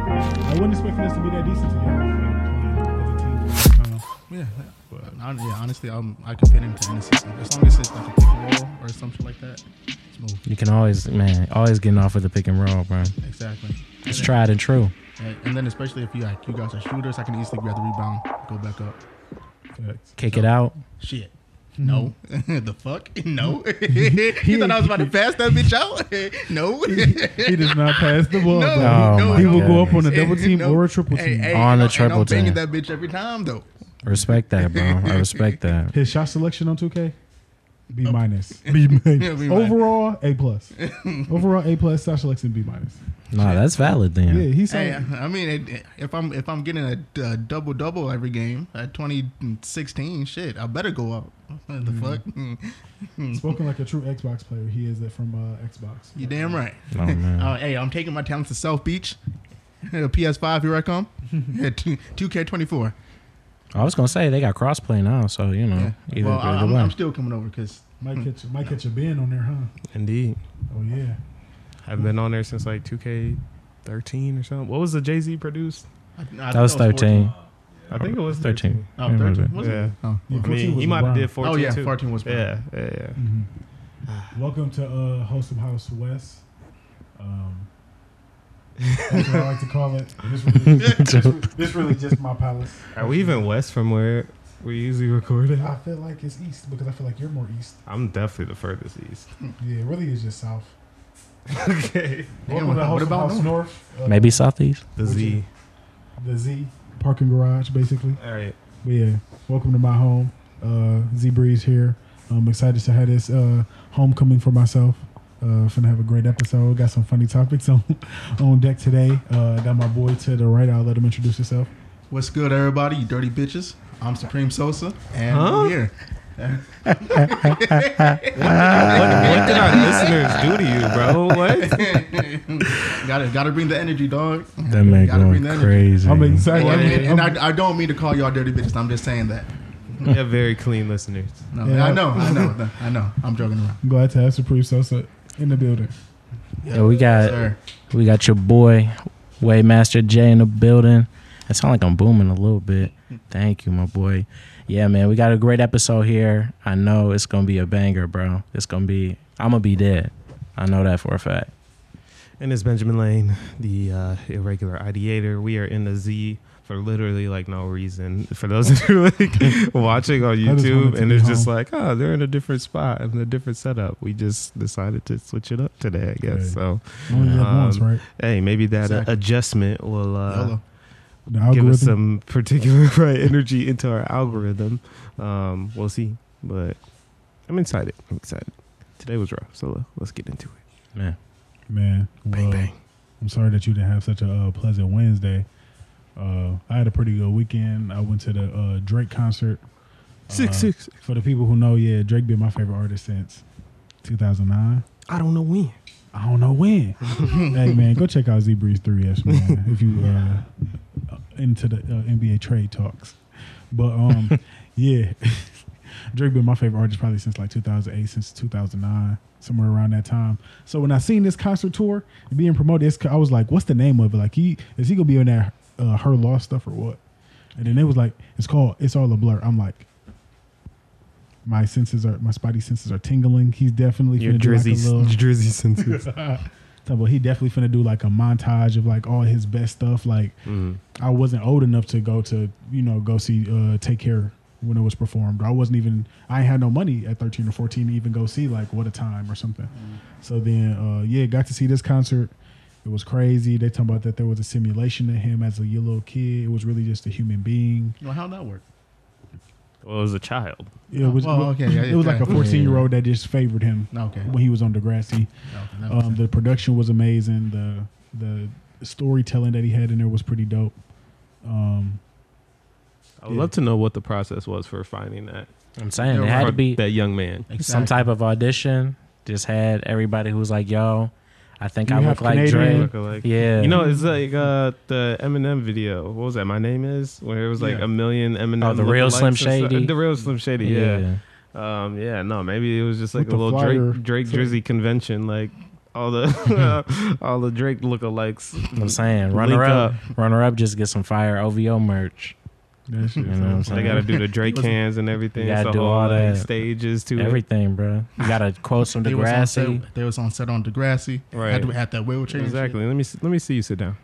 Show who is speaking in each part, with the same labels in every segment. Speaker 1: wasn't expecting us to be that decent together. as a team.
Speaker 2: Uh, yeah, but hon- yeah, honestly, I'm, I compare him to any system. As long as it's like a pick and roll or something like that, it's smooth.
Speaker 3: You can always, man, always getting off with the pick and roll, bro.
Speaker 2: Exactly. And
Speaker 3: It's
Speaker 2: then-
Speaker 3: tried and true.
Speaker 2: and- And then especially if you like you guys are shooters, I can easily grab the rebound, go back up.
Speaker 1: Facts.
Speaker 3: Kick it out.
Speaker 2: Shit.
Speaker 1: Mm-hmm.
Speaker 2: No. the fuck? No. he thought I was about to pass that bitch out? no.
Speaker 1: He does not pass the ball. bro.
Speaker 2: No,
Speaker 3: Oh,
Speaker 2: no,
Speaker 3: my
Speaker 1: he will go
Speaker 3: goodness.
Speaker 1: up on a double team
Speaker 2: No.
Speaker 1: or a triple team.
Speaker 2: Hey, hey,
Speaker 3: On the
Speaker 2: and I'm- and
Speaker 3: triple
Speaker 2: I'm banging
Speaker 3: team.
Speaker 2: that bitch every time though.
Speaker 3: Respect that, bro. I respect that.
Speaker 1: His shot selection on 2K, B minus.
Speaker 2: B
Speaker 1: minus. Overall, A plus. Overall, A plus. Shot selection, B minus.
Speaker 3: Nah, that's valid
Speaker 1: Yeah,
Speaker 3: then.
Speaker 1: he's
Speaker 2: Hey,
Speaker 1: saying.
Speaker 2: I mean, it, if I'm if I'm getting a, uh double double every game at 2016, shit, I better go up. What the
Speaker 3: Mm-hmm.
Speaker 2: fuck?
Speaker 1: Spoken like a true Xbox player, he is from uh, Xbox.
Speaker 2: You damn right.
Speaker 3: Oh, man.
Speaker 2: Uh, hey, I'm taking my talents to South Beach. Uh, PS5, here I come. Yeah, two- 2K24.
Speaker 3: I was gonna say they got crossplay now, so you know
Speaker 2: Yeah.
Speaker 3: either,
Speaker 2: Well, I,
Speaker 3: either
Speaker 2: am
Speaker 3: way.
Speaker 2: I'm still coming over Hmm. because
Speaker 1: Might catch, might catch a bin on there, huh?
Speaker 4: Indeed.
Speaker 1: Oh yeah.
Speaker 4: I've been on there since like 2K13 or something. What was the Jay Z produced?
Speaker 2: I, I
Speaker 3: that was thirteen.
Speaker 4: I think it was
Speaker 3: 13.
Speaker 4: 13.
Speaker 2: Oh, 13 was
Speaker 4: Yeah.
Speaker 2: it? Oh.
Speaker 1: Yeah,
Speaker 4: I
Speaker 1: 14
Speaker 4: mean,
Speaker 1: was
Speaker 4: he might
Speaker 1: LeBron.
Speaker 4: have did 14.
Speaker 2: oh, yeah,
Speaker 4: too.
Speaker 2: 14 was Brown.
Speaker 4: Yeah, yeah, yeah.
Speaker 1: Mhm. Welcome to uh, Wholesome House West. Um, that's what I like to call it. This really, this, this really just my palace.
Speaker 4: Are we even west from where we usually record it?
Speaker 1: I feel like it's east because I feel like you're more east.
Speaker 4: I'm definitely the furthest east.
Speaker 1: Yeah, it really is just south.
Speaker 4: okay.
Speaker 2: Damn,
Speaker 1: Welcome to
Speaker 2: what
Speaker 1: Wholesome
Speaker 2: about
Speaker 1: House
Speaker 2: north?
Speaker 1: North. uh,
Speaker 3: Maybe southeast.
Speaker 4: The
Speaker 1: Would
Speaker 4: Z.
Speaker 1: you- the Z parking garage, basically.
Speaker 4: All right.
Speaker 1: But yeah, welcome to my home. Uh, Z Breeze here. I'm excited to have this uh, homecoming for myself. Uh, finna have a great episode. Got some funny topics on on deck today. Uh, got my boy to the right. I'll let him introduce himself.
Speaker 2: What's good, everybody? You dirty bitches. I'm Supreme Sosa, and
Speaker 4: Huh?
Speaker 2: I'm here.
Speaker 4: What, what did our listeners do to you, bro? What?
Speaker 2: gotta, gotta bring the energy, dog.
Speaker 3: That man
Speaker 2: Gotta bring
Speaker 3: going
Speaker 2: the energy.
Speaker 3: crazy.
Speaker 1: I'm excited.
Speaker 2: And,
Speaker 1: I'm-
Speaker 2: and- and
Speaker 1: I'm-
Speaker 2: I, I don't mean to call y'all dirty bitches. I'm just saying that.
Speaker 4: We have very clean listeners.
Speaker 2: No,
Speaker 1: Yeah.
Speaker 2: I know, I know, I know. I'm joking around.
Speaker 1: I'm glad to have Supreme Sosa in the building.
Speaker 3: Yeah, we got
Speaker 2: Sir.
Speaker 3: we got your boy Waymaster J in the building. I sound like I'm booming a little bit. Thank you, my boy. Yeah, man, we got a great episode here. I know it's gonna be a banger, bro. It's gonna be. I'm gonna be dead. I know that for a fact.
Speaker 4: And it's Benjamin Lane, the uh, irregular ideator. We are in the Z for literally like no reason. For those of you like watching on
Speaker 1: just wanted
Speaker 4: YouTube,
Speaker 1: to
Speaker 4: and
Speaker 1: be
Speaker 4: it's just
Speaker 1: home.
Speaker 4: like, oh, they're in a different spot and a different setup. We just decided to switch it up today, I guess.
Speaker 1: Right.
Speaker 4: So,
Speaker 1: Only live
Speaker 4: Um,
Speaker 1: once, right?
Speaker 4: hey, maybe that uh
Speaker 2: Exactly.
Speaker 4: adjustment will uh,
Speaker 2: YOLO.
Speaker 1: The
Speaker 4: give
Speaker 1: algorithm.
Speaker 4: us some particular right energy into our algorithm. Um, we'll see, but I'm excited. I'm excited. Today was rough, so let's get into it.
Speaker 3: Man,
Speaker 1: Man,
Speaker 4: Bang
Speaker 1: well,
Speaker 4: bang.
Speaker 1: I'm sorry that you didn't have such a uh, pleasant Wednesday. Uh, I had a pretty good weekend. I went to the uh, Drake concert.
Speaker 4: Six
Speaker 1: Uh,
Speaker 4: six.
Speaker 1: For the people who know, yeah, Drake been my favorite artist since 2009.
Speaker 4: I don't know when.
Speaker 1: I don't know when. hey man, go check out Z Breeze 3S man if you uh, into the uh, NBA trade talks. But um, yeah, Drake been my favorite artist probably since like 2008, since 2009, somewhere around that time. So when I seen this concert tour being promoted, it's, I was like, what's the name of it? Like he is he gonna be on that uh, her lost stuff or what? And then it was like, it's called It's All a Blur. I'm like, my senses are my spotty senses are tingling. He's definitely
Speaker 4: Your
Speaker 1: finna do, like,
Speaker 4: Drizzy,
Speaker 1: a little-
Speaker 4: Drizzy senses.
Speaker 1: Talking about he definitely finna do like a montage of like all his best stuff. Like
Speaker 4: Mm-hmm.
Speaker 1: I wasn't old enough to go to you know go see uh, Take Care when it was performed. I wasn't even I ain't had no money at thirteen or fourteen to even go see like What a Time or something. So then uh, yeah, got to see this concert. It was crazy. They talking about that there was a simulation of him as a little kid. It was really just a human being.
Speaker 2: Well, how'd that work?
Speaker 4: Well, it was a child.
Speaker 1: It was
Speaker 2: Oh, okay, yeah,
Speaker 1: it was like a
Speaker 2: okay.
Speaker 1: fourteen year old that just favored him
Speaker 2: No, okay.
Speaker 1: when he was on Degrassi.
Speaker 2: No, okay, that
Speaker 1: Um,
Speaker 2: makes
Speaker 1: the production was amazing. The the storytelling that he had in there was pretty dope. Um,
Speaker 4: I would
Speaker 1: Yeah.
Speaker 4: love to know what the process was for finding that
Speaker 3: I'm saying it
Speaker 2: Yeah,
Speaker 3: had to
Speaker 4: for
Speaker 3: be
Speaker 4: that young man.
Speaker 2: sense.
Speaker 3: some
Speaker 2: Exactly.
Speaker 3: type of audition. Just had everybody who was like, "Yo, I think
Speaker 1: You
Speaker 3: I
Speaker 1: have
Speaker 3: look like
Speaker 1: Canadian-
Speaker 3: Drake."
Speaker 4: Look alike.
Speaker 3: Yeah,
Speaker 4: You know, it's like uh, the Eminem video. What was that? My name is where it was like
Speaker 2: Yeah.
Speaker 4: a million Eminem.
Speaker 3: Oh, the real
Speaker 4: lookalikes
Speaker 3: Slim
Speaker 4: and stuff.
Speaker 3: Shady.
Speaker 4: The real Slim Shady. Yeah. Um. Yeah. No. Maybe it was just like
Speaker 1: With
Speaker 4: a
Speaker 1: the
Speaker 4: little
Speaker 1: flyer.
Speaker 4: Drake Drake
Speaker 1: So-
Speaker 4: Drizzy convention. Like all the all the Drake lookalikes.
Speaker 3: I'm saying runner
Speaker 4: Linked
Speaker 3: up, runner up, just get some fire OVO merch.
Speaker 1: That shit.
Speaker 3: You know what I'm
Speaker 4: They
Speaker 3: saying?
Speaker 4: gotta do the Drake hands and everything.
Speaker 3: You gotta
Speaker 4: so
Speaker 3: do
Speaker 4: whole,
Speaker 3: all
Speaker 4: like,
Speaker 3: that.
Speaker 4: stages to it.
Speaker 3: Everything, bro. You gotta quote some
Speaker 2: They was, on
Speaker 3: Degrassi.
Speaker 2: set, they was on set on Degrassi.
Speaker 4: Right.
Speaker 2: Had, to, had that wheelchair. and shit.
Speaker 4: Exactly. Let me s- let me see you sit down.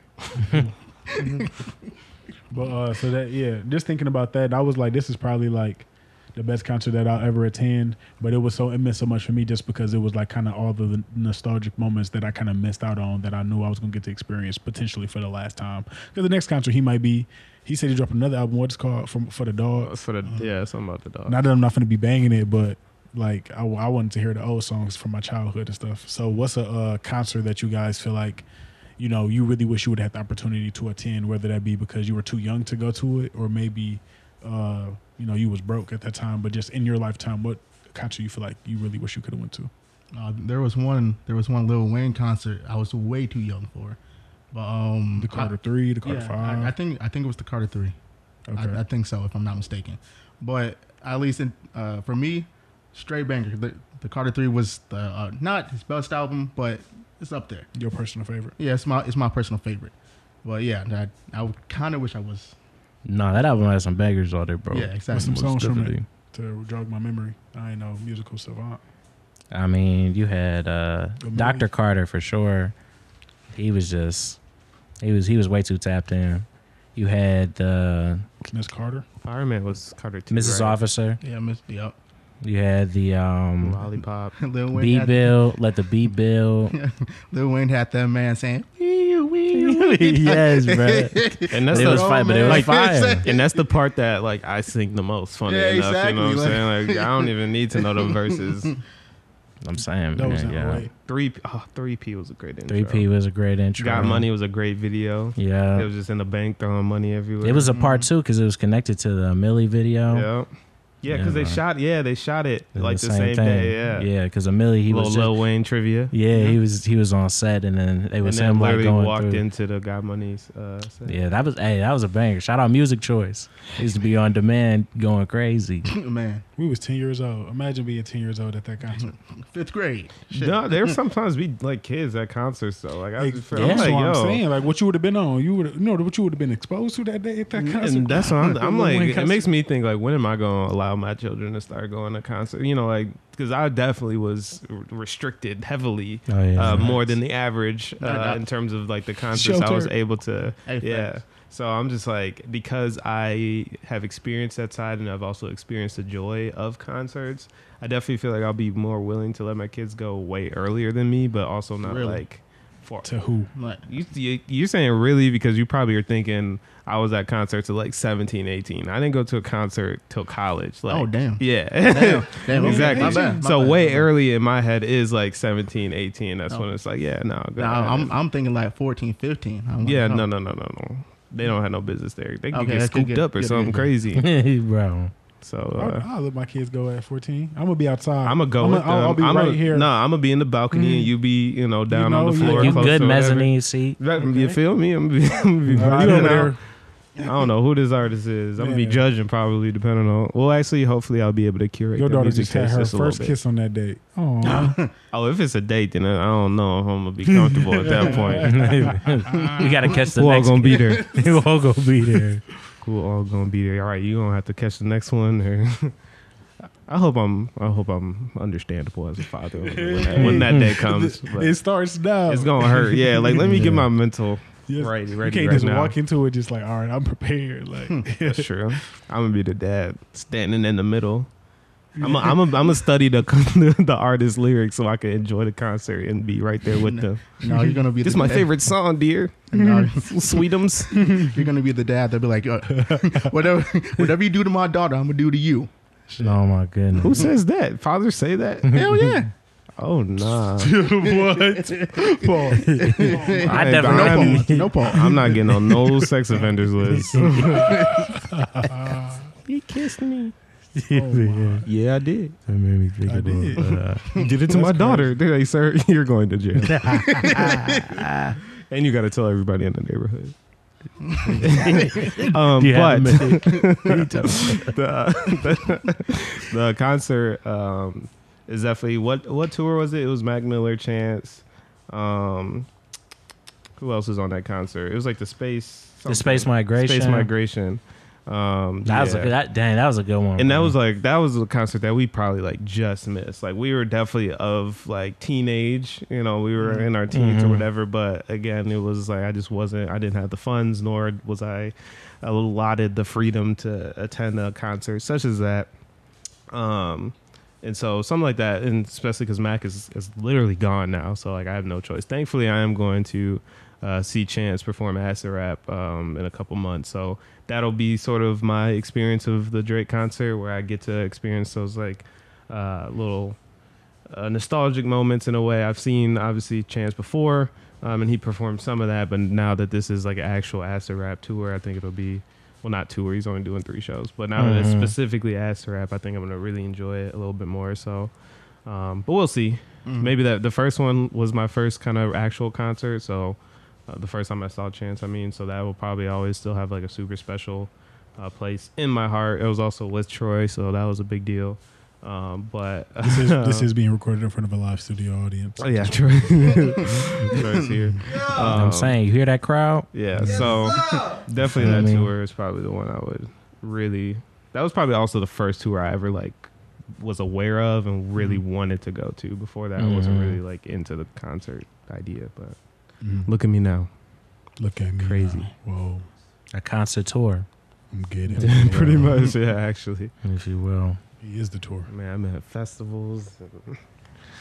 Speaker 1: But uh, so that yeah, just thinking about that, I was like, this is probably like the best concert that I'll ever attend. But it was so it meant so much for me just because it was like kind of all the nostalgic moments that I kind of missed out on that I knew I was gonna get to experience potentially for the last time. Because the next concert he might be, he said he dropped another album. What's called from for the
Speaker 4: Uh,
Speaker 1: dogs.
Speaker 4: For the
Speaker 2: Mm-hmm.
Speaker 4: yeah, something about the dog.
Speaker 1: Not that I'm not gonna be banging it, but like I, I wanted to hear the old songs from my childhood and stuff. So what's a uh, concert that you guys feel like? You know, you really wish you would have the opportunity to attend, whether that be because you were too young to go to it, or maybe, uh, you know, you was broke at that time. But just in your lifetime, what concert you feel like you really wish you could have went to?
Speaker 2: Uh, there was one. There was one Lil Wayne concert. I was way too young for, but um,
Speaker 1: The Carter
Speaker 2: I-
Speaker 1: Three, the Carter
Speaker 2: yeah,
Speaker 1: Five.
Speaker 2: I, I think I think it was the Carter Three.
Speaker 1: okay.
Speaker 2: I, I think so, if I'm not mistaken. But at least in, uh, for me, Straight Banger, the, the Carter Three was the, uh, not his best album, but it's up there.
Speaker 1: your personal favorite?
Speaker 2: Yeah, it's my it's my personal favorite. But yeah, I, I kind of wish I was.
Speaker 3: No, that album has some beggars on there, bro.
Speaker 2: Yeah,
Speaker 1: What's
Speaker 2: exactly.
Speaker 1: some songs from it
Speaker 3: Definitely.
Speaker 1: to jog my memory? I ain't know musical savant.
Speaker 3: I mean, you had uh,
Speaker 1: Amazing.
Speaker 3: Dr. Carter for sure. He was just he was he was way too tapped in. You had the
Speaker 1: Miss Carter.
Speaker 4: Fireman was Carter too.
Speaker 3: Mrs.
Speaker 4: right?
Speaker 3: Officer.
Speaker 2: Yeah, miss, yep.
Speaker 3: You had the um,
Speaker 4: Lollipop.
Speaker 2: Lil Wayne.
Speaker 3: B
Speaker 2: had,
Speaker 3: Bill. Let the B Bill.
Speaker 2: Lil Wayne had that man saying,
Speaker 3: yes, bro.
Speaker 4: And that's
Speaker 3: It
Speaker 4: the
Speaker 3: was fire, but it was
Speaker 4: Like-
Speaker 3: fire.
Speaker 4: and that's the part that like I sing the most. Funny
Speaker 2: Yeah,
Speaker 4: enough, you know
Speaker 2: exactly,
Speaker 4: what I'm
Speaker 2: like-
Speaker 4: saying? Like I don't even need to know the verses.
Speaker 3: I'm saying,
Speaker 1: That was
Speaker 3: man,
Speaker 1: in
Speaker 3: yeah.
Speaker 1: 08.
Speaker 4: Three oh, three P was a great intro.
Speaker 3: Three P was a great intro.
Speaker 4: Got money was a great video.
Speaker 3: Yeah,
Speaker 4: It was just in the bank throwing money everywhere.
Speaker 3: It was a part two because it was connected to the Millie video.
Speaker 4: yeah, yeah, because
Speaker 3: Yeah.
Speaker 4: they shot. Yeah, they shot it
Speaker 3: It was
Speaker 4: like the same, day. Yeah,
Speaker 3: yeah, because Millie he
Speaker 4: Little
Speaker 3: was just,
Speaker 4: Lil Wayne trivia.
Speaker 3: yeah, he was he was on set and then it was
Speaker 4: and then
Speaker 3: him like
Speaker 4: literally
Speaker 3: going
Speaker 4: walked
Speaker 3: through.
Speaker 4: into the Got Money's. Uh, set.
Speaker 3: Yeah, that was hey, that was a banger. Shout out Music Choice. He used to be on demand, going crazy.
Speaker 2: man,
Speaker 1: We was ten years old. Imagine being ten years old at that concert.
Speaker 2: fifth grade. Shit.
Speaker 4: No, there sometimes be like kids at concerts though. Like I just feel
Speaker 3: Yeah.
Speaker 4: I'm
Speaker 1: That's
Speaker 4: like,
Speaker 1: what
Speaker 4: yo,
Speaker 1: I'm saying. Like what you would have been on. You would you know what you would have been exposed to that day at that concert.
Speaker 4: And that's what I'm, I'm
Speaker 1: Lil Wayne
Speaker 4: like. It
Speaker 1: concert.
Speaker 4: makes me think like, when am I going to allow my children to start going to concerts? You know, like because I definitely was r- restricted heavily,
Speaker 3: Oh, yeah.
Speaker 4: uh, more than the average
Speaker 2: No
Speaker 4: uh,
Speaker 2: doubt.
Speaker 4: in terms of like the concerts I was
Speaker 1: Shelter.
Speaker 4: able to.
Speaker 2: Hey,
Speaker 4: yeah.
Speaker 2: facts.
Speaker 4: So I'm just like because I have experienced that side and I've also experienced the joy of concerts. I definitely feel like I'll be more willing to let my kids go way earlier than me, but also not
Speaker 2: Really?
Speaker 4: like for
Speaker 1: to who?
Speaker 2: Like,
Speaker 4: you, you, you're saying really because you probably are thinking I was at concerts at like 17, 18. I didn't go to a concert till college. Like,
Speaker 2: oh damn.
Speaker 4: Yeah.
Speaker 2: Damn, damn, okay.
Speaker 4: exactly.
Speaker 2: My bad, my
Speaker 4: so
Speaker 2: bad,
Speaker 4: way
Speaker 2: my bad.
Speaker 4: early in my head is like 17, 18. That's
Speaker 2: No.
Speaker 4: when it's like, yeah, no. Go
Speaker 2: Nah,
Speaker 4: ahead.
Speaker 2: I'm I'm thinking like 14, 15. I'm like,
Speaker 4: yeah,
Speaker 2: oh.
Speaker 4: no, no, no, no, no. They don't have no business there. They could
Speaker 2: Okay,
Speaker 4: get
Speaker 2: that's good,
Speaker 4: scooped
Speaker 2: good,
Speaker 4: up or
Speaker 2: good,
Speaker 4: something
Speaker 2: good, good.
Speaker 4: crazy.
Speaker 3: Bro,
Speaker 4: So
Speaker 1: I'll,
Speaker 4: uh,
Speaker 1: I'll let my kids go at 14. I'm gonna be outside.
Speaker 4: I'm gonna go
Speaker 1: I'ma-
Speaker 4: with them.
Speaker 1: I'll, I'll be
Speaker 4: I'ma-
Speaker 1: right here. Mm-hmm.
Speaker 4: No, I'm gonna be in the balcony and you be, you know, down
Speaker 1: know,
Speaker 4: on the
Speaker 1: yeah.
Speaker 4: floor.
Speaker 1: Or
Speaker 3: you
Speaker 4: close
Speaker 3: good
Speaker 4: to whatever.
Speaker 3: mezzanine seat?
Speaker 4: That- You feel me? I'm gonna be, I'm gonna be
Speaker 1: Uh, you
Speaker 4: vibing
Speaker 1: over
Speaker 4: out.
Speaker 1: there?
Speaker 4: I don't know who this artist is. I'm gonna be
Speaker 1: Man.
Speaker 4: judging probably depending on. Well, actually, hopefully, I'll be able to curate
Speaker 1: Your
Speaker 4: their
Speaker 1: daughter
Speaker 4: music
Speaker 1: just had
Speaker 4: taste
Speaker 1: her
Speaker 4: a little
Speaker 1: first
Speaker 4: bit.
Speaker 1: kiss on that date. Oh,
Speaker 4: Oh, if it's a date, then I I don't know if I'm gonna be comfortable at that point.
Speaker 3: you gotta catch the
Speaker 4: Who all
Speaker 3: next.
Speaker 4: gonna be there?
Speaker 3: you all gonna be there.
Speaker 4: Who all gonna be there? All right, you gonna have to catch the next one. Or I hope I'm. I hope I'm understandable as a father when that, when that day comes. But
Speaker 1: it starts now.
Speaker 4: it's gonna hurt. Yeah, like let me get my mental
Speaker 1: Yes.
Speaker 4: right.
Speaker 1: You
Speaker 4: Right.
Speaker 1: can't
Speaker 4: right
Speaker 1: just
Speaker 4: now.
Speaker 1: walk into it just like, all right, I'm prepared. Like,
Speaker 4: That's true. I'm gonna be the dad standing in the middle. I'm gonna I'm a, I'm gonna study the the artist lyrics so I can enjoy the concert and be right there with them.
Speaker 2: No, you're gonna be.
Speaker 4: This is
Speaker 2: the
Speaker 4: my
Speaker 2: dad-
Speaker 4: favorite song, dear.
Speaker 2: No,
Speaker 4: Sweetums.
Speaker 2: you're gonna be the dad. They'll be like, uh, whatever, whatever you do to my daughter, I'm gonna do to you.
Speaker 3: Oh my
Speaker 4: Who
Speaker 3: goodness.
Speaker 4: says that? Fathers say that?
Speaker 2: Hell yeah.
Speaker 4: Oh nah.
Speaker 1: Pause.
Speaker 3: I
Speaker 4: Hey,
Speaker 3: definitely
Speaker 2: No
Speaker 4: I'm-
Speaker 2: pause. No pause.
Speaker 4: I'm not getting on no sex offenders list. he kissed me. Yeah, I did.
Speaker 3: That made me think
Speaker 1: I
Speaker 3: about
Speaker 1: did.
Speaker 3: uh,
Speaker 4: You did it to my daughter. They're like, sir, you're going to jail. and you got to tell everybody in the neighborhood. um,
Speaker 3: you have
Speaker 4: but
Speaker 3: a minute?
Speaker 4: the, the, the concert um, is definitely what what tour was it? It was Mac Miller, Chance, Um, who else is on that concert? It was like the space.
Speaker 3: The
Speaker 4: something.
Speaker 3: Space Migration.
Speaker 4: Space migration. Um,
Speaker 3: That was a,
Speaker 4: yeah.
Speaker 3: that dang. That was a good one.
Speaker 4: and that
Speaker 3: bro.
Speaker 4: was like that was a concert that we probably like just missed. Like we were definitely of like teenage, you know, we were in our teens
Speaker 3: Mhm.
Speaker 4: or whatever. But again, it was like I just wasn't. I didn't have the funds, nor was I allotted the freedom to attend a concert such as that. Um, and so something like that, and especially because Mac is is literally gone now, so like I have no choice. Thankfully, I am going to uh, see Chance perform Acid Rap um, in a couple months, so that'll be sort of my experience of the Drake concert, where I get to experience those like uh, little uh, nostalgic moments in a way. I've seen obviously Chance before, um, and he performed some of that, but now that this is like an actual Acid Rap tour, I think it'll be well not tour. He's only doing three shows, but now that it's
Speaker 3: Mhm.
Speaker 4: specifically Acid Rap, I think I'm gonna really enjoy it a little bit more. So, um, but we'll see.
Speaker 2: Mhm.
Speaker 4: Maybe that the first one was my first kind of actual concert, so. Uh, the first time I saw Chance, I mean, so that will probably always still have like a super special uh, place in my heart. It was also with Troy, so that was a big deal. Um, but
Speaker 1: This is this is being recorded in front of a live studio audience.
Speaker 4: Oh yeah, Troy. Troy's here.
Speaker 3: You
Speaker 4: Um,
Speaker 3: know
Speaker 4: uh,
Speaker 3: what I'm saying. You hear that crowd?
Speaker 4: Yeah, so definitely
Speaker 3: You know what I
Speaker 4: that
Speaker 3: mean?
Speaker 4: tour is probably the one I would really. That was probably also the first tour I ever like was aware of and really
Speaker 3: Mm.
Speaker 4: wanted to go to. Before that, I wasn't
Speaker 3: Mhm.
Speaker 4: really like into the concert idea. But
Speaker 1: Mm.
Speaker 4: look at me now.
Speaker 1: Look at me.
Speaker 4: Crazy.
Speaker 1: now. Whoa.
Speaker 3: A concert tour,
Speaker 1: I'm getting
Speaker 4: Pretty much, yeah. Actually,
Speaker 3: if you will.
Speaker 1: He is the tour.
Speaker 4: man, I'm at festivals, and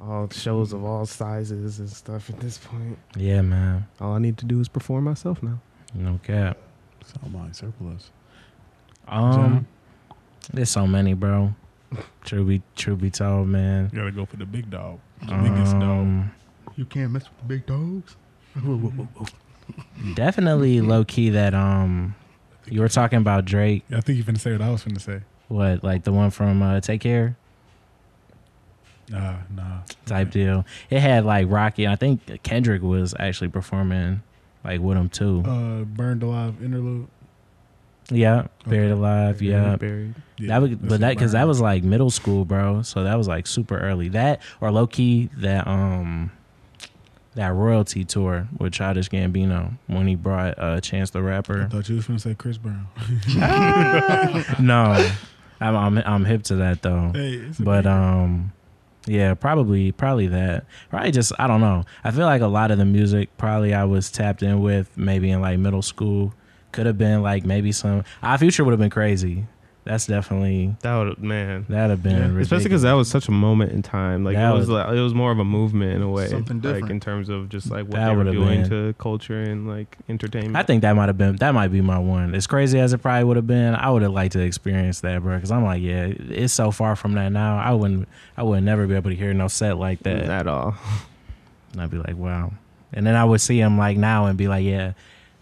Speaker 4: all shows of all sizes and stuff. At this point,
Speaker 3: Yeah, man.
Speaker 4: all I need to do is perform myself now.
Speaker 3: No cap.
Speaker 1: Salmon surplus.
Speaker 3: Um,
Speaker 1: John?
Speaker 3: there's so many, bro. True be true be told, man.
Speaker 1: You gotta go for the big dog. The
Speaker 3: Uh,
Speaker 1: biggest dog.
Speaker 3: Um,
Speaker 2: You can't mess with the big dogs. Whoa, whoa, whoa, whoa.
Speaker 3: definitely low key that um, you were talking about Drake.
Speaker 1: I think you're finna say what I was finna say.
Speaker 3: What like the one from uh, Take Care
Speaker 1: Nah, nah.
Speaker 3: type deal? It had like Rocky. and I think Kendrick was actually performing like with him too.
Speaker 1: Uh, burned alive interlude.
Speaker 3: yeah, Buried Alive. Yeah.
Speaker 4: buried.
Speaker 1: Yeah,
Speaker 3: That was, but that because that was like middle school, bro. So that was like super early. That or low key that um that royalty tour with Childish Gambino when he brought uh, Chance the
Speaker 1: I
Speaker 3: Rapper.
Speaker 1: thought you was finna say Chris Brown.
Speaker 3: no, I'm, I'm I'm hip to that though.
Speaker 1: hey, it's a
Speaker 3: But
Speaker 1: big-
Speaker 3: um, yeah, probably probably that. Probably just I don't know. I feel like a lot of the music probably I was tapped in with maybe in like middle school. Could have been like maybe some. Our future would have been crazy. That's definitely
Speaker 4: That would man.
Speaker 3: that'd have been ridiculous.
Speaker 4: Especially because that was such a moment in time. Like
Speaker 3: That
Speaker 4: it
Speaker 3: was-
Speaker 4: was, like it was more of a movement in a way,
Speaker 2: Something
Speaker 4: like
Speaker 2: different.
Speaker 4: in terms of just like what
Speaker 3: That
Speaker 4: they were
Speaker 3: would've
Speaker 4: doing
Speaker 3: been-
Speaker 4: to culture and like entertainment.
Speaker 3: I think that might have been that might be my one. As crazy as it probably would have been, I would have liked to experience that, bro. Because I'm like, yeah, it's so far from that now. I wouldn't, I would never be able to hear no set like that.
Speaker 4: at all.
Speaker 3: And I'd be like, wow. And then I would see him like now and be like, yeah,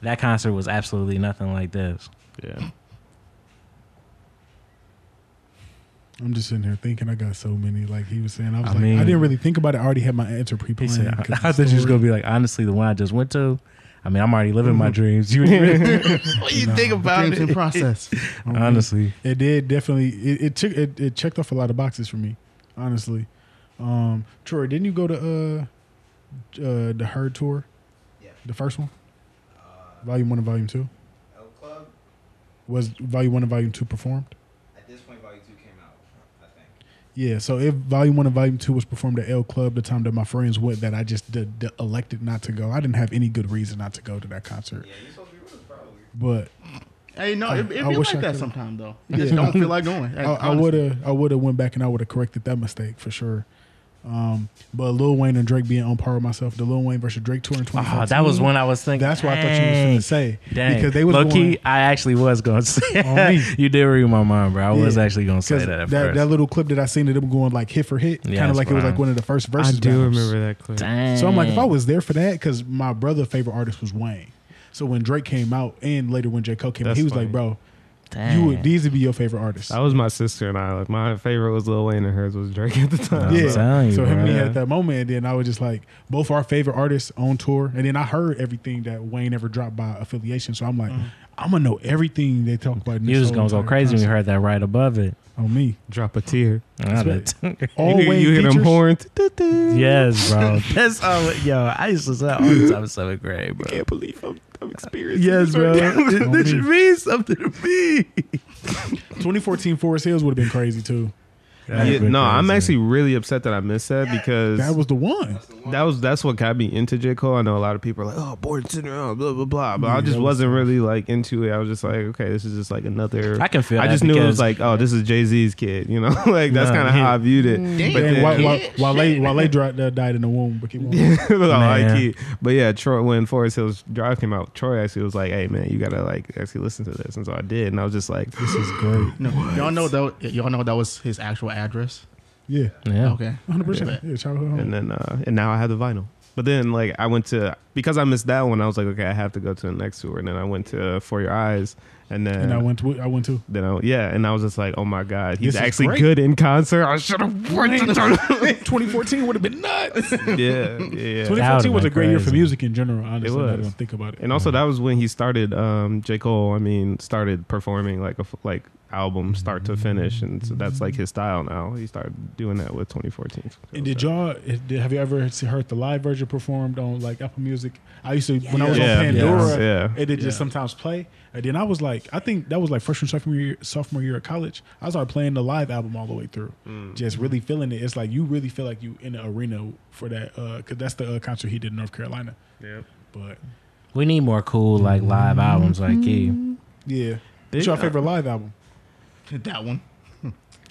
Speaker 3: that concert was absolutely nothing like this.
Speaker 4: Yeah,
Speaker 1: I'm just sitting here thinking I got so many. Like he was saying, I was
Speaker 3: I
Speaker 1: like,
Speaker 3: mean-
Speaker 1: I didn't really think about it. I already had my answer
Speaker 3: He
Speaker 1: pre-planned.
Speaker 3: said, I,
Speaker 1: 'cause the
Speaker 3: I thought you was
Speaker 1: story-
Speaker 3: gonna be like, honestly, the one I just went to. I mean, I'm already living
Speaker 1: Mm-hmm.
Speaker 3: my dreams. You, really-
Speaker 4: what
Speaker 1: you think
Speaker 2: Dreams in process.
Speaker 1: I mean,
Speaker 3: honestly,
Speaker 1: It did definitely. It, it took. It, it checked off a lot of boxes for me, honestly. Um, Troy, didn't you go to uh, uh the Herd tour? Yeah. The first one. volume one and volume two.
Speaker 5: L Club,
Speaker 1: Was volume one and volume two performed?
Speaker 5: at this point, Volume 2 came out, I think.
Speaker 1: Yeah. So if volume one and volume two was performed at L Club, the time that my friends went, that I just d- d- elected not to go. I didn't have any good reason not to go to that concert.
Speaker 5: Yeah, you're supposed to be rude, probably.
Speaker 1: But
Speaker 2: Hey, no,
Speaker 1: I-
Speaker 2: it, it
Speaker 1: I
Speaker 2: be
Speaker 1: wish
Speaker 2: like
Speaker 1: I
Speaker 2: that
Speaker 1: could-
Speaker 2: sometime though. You just
Speaker 1: Yeah.
Speaker 2: don't feel like going.
Speaker 1: I, I would have I would have went back and I would have corrected that mistake for sure. Um, but Lil Wayne and Drake being on par with myself, the Lil Wayne versus Drake tour in
Speaker 3: Ah,
Speaker 1: 2014.
Speaker 3: that was one I was thinking.
Speaker 1: That's what I thought you was
Speaker 3: dang.
Speaker 1: gonna say
Speaker 3: Dang.
Speaker 1: because they was
Speaker 3: low
Speaker 1: going,
Speaker 3: key. I actually was gonna say
Speaker 1: On me.
Speaker 3: you did read my mind, bro. I was
Speaker 1: Yeah.
Speaker 3: actually gonna say
Speaker 1: 'cause
Speaker 3: that at
Speaker 1: that, that
Speaker 3: first.
Speaker 1: little clip that I seen of them going like hit for hit,
Speaker 3: Yeah,
Speaker 1: kind
Speaker 3: that's
Speaker 1: of like it was
Speaker 3: what
Speaker 1: like
Speaker 3: I-
Speaker 1: one of the first
Speaker 4: I
Speaker 1: verses.
Speaker 4: do
Speaker 1: battles.
Speaker 4: remember that clip.
Speaker 3: Dang.
Speaker 1: So I'm like, if I was there for that, because my brother' favorite artist was Wayne. So when Drake came out, and later when J Cole came out,
Speaker 4: That's
Speaker 1: he was
Speaker 4: funny.
Speaker 1: like, "Bro,
Speaker 3: Dang.
Speaker 1: You would these would be your favorite artists.
Speaker 4: That was my sister and I. Like my favorite was Lil Wayne and hers was Drake at the time.
Speaker 3: I'm
Speaker 1: yeah.
Speaker 3: telling you,
Speaker 1: so him and me
Speaker 4: bro.
Speaker 1: had that moment, and then I was just like, both our favorite artists on tour, and then I heard everything that Wayne ever dropped by affiliation. So I'm like,
Speaker 4: Mm-hmm.
Speaker 1: I'm gonna know everything they talk about. in
Speaker 3: You
Speaker 1: this
Speaker 3: was
Speaker 1: whole
Speaker 3: gonna go
Speaker 1: entire
Speaker 3: crazy when you
Speaker 1: concert.
Speaker 3: heard that right above it.
Speaker 1: on me.
Speaker 4: Drop a tear.
Speaker 3: Ah,
Speaker 1: That's
Speaker 3: that-
Speaker 1: All
Speaker 4: you,
Speaker 1: Wayne
Speaker 4: you hear them
Speaker 1: features?
Speaker 4: horns.
Speaker 3: yes, bro. That's all. Yo, I used to say that all the time. It's so great, bro.
Speaker 4: can't believe I'm, I'm experiencing
Speaker 3: Yes, bro.
Speaker 1: This should
Speaker 3: means something to me.
Speaker 1: 2014 Forest Hills would have been crazy too.
Speaker 4: Yeah, no, I'm actually really upset that I missed that because
Speaker 1: That was the one.
Speaker 5: That's the one.
Speaker 4: that was that's what got me into J Cole. I know a lot of people are like, "Oh, Born Syndrome," blah blah blah, but
Speaker 1: Yeah,
Speaker 4: I just
Speaker 1: that was-
Speaker 4: wasn't really like into it. I was just like, "Okay, this is just like another."
Speaker 3: I can feel.
Speaker 4: I
Speaker 3: that
Speaker 4: just knew it was
Speaker 3: because-
Speaker 4: like, "Oh, this is Jay Z's kid," you know, like that's
Speaker 3: No,
Speaker 4: kind of
Speaker 3: he-
Speaker 4: how I viewed it. But
Speaker 1: And
Speaker 4: then-
Speaker 1: Wa- Wa- Wale Wale dri- uh, died in the womb, but he won't.
Speaker 4: I
Speaker 3: Man.
Speaker 4: like it. But yeah, Troy when Forest Hills Drive came out, Troy actually was like, "Hey man, you gotta like actually listen to this," and so I did, and I was just like,
Speaker 1: This is great.
Speaker 2: No, y'all know that y'all know that was his actual address.
Speaker 1: Yeah,
Speaker 3: yeah.
Speaker 2: Okay.
Speaker 1: 100. percent Yeah, childhood home.
Speaker 4: and then uh, and now I have the vinyl. But then like I went to because I missed that one, I was like, okay, I have to go to the next tour, and then I went to For Your Eyes, and then
Speaker 1: And I went to I went to
Speaker 4: then I, yeah, and I was just like, oh my god,
Speaker 1: This
Speaker 4: he's
Speaker 1: is
Speaker 4: actually
Speaker 1: great.
Speaker 4: good in concert. I should have won it.
Speaker 1: 2014 would have been nuts.
Speaker 4: yeah, yeah. yeah.
Speaker 1: 2014 was a
Speaker 3: been
Speaker 1: great year for
Speaker 3: crazy.
Speaker 1: music in general. Honestly, now that I
Speaker 4: was.
Speaker 1: don't think about it.
Speaker 4: And also that was when he started um, J Cole. I mean, started performing like a f- like album start to finish, and so that's like his style now. He started doing that with 2014.
Speaker 1: And did y'all eh, did, have you ever se- heard the live version performed on like Apple Music? I used to when I was
Speaker 4: Yeah.
Speaker 1: on Pandora,
Speaker 4: Yes. Yeah.
Speaker 1: it did just sometimes play. And then I was like, I think that was like freshman sophomore year, sophomore year of college. I started playing the live album all the way through,
Speaker 4: Mm.
Speaker 1: just really feeling it. It's like you really feel like you in the arena for that because that's the uh, concert he did in North Carolina.
Speaker 4: Yeah.
Speaker 1: But
Speaker 3: We need more cool like live albums like
Speaker 1: Mm-hmm.
Speaker 3: you.
Speaker 1: yeah, what's your favorite live album?
Speaker 2: That one.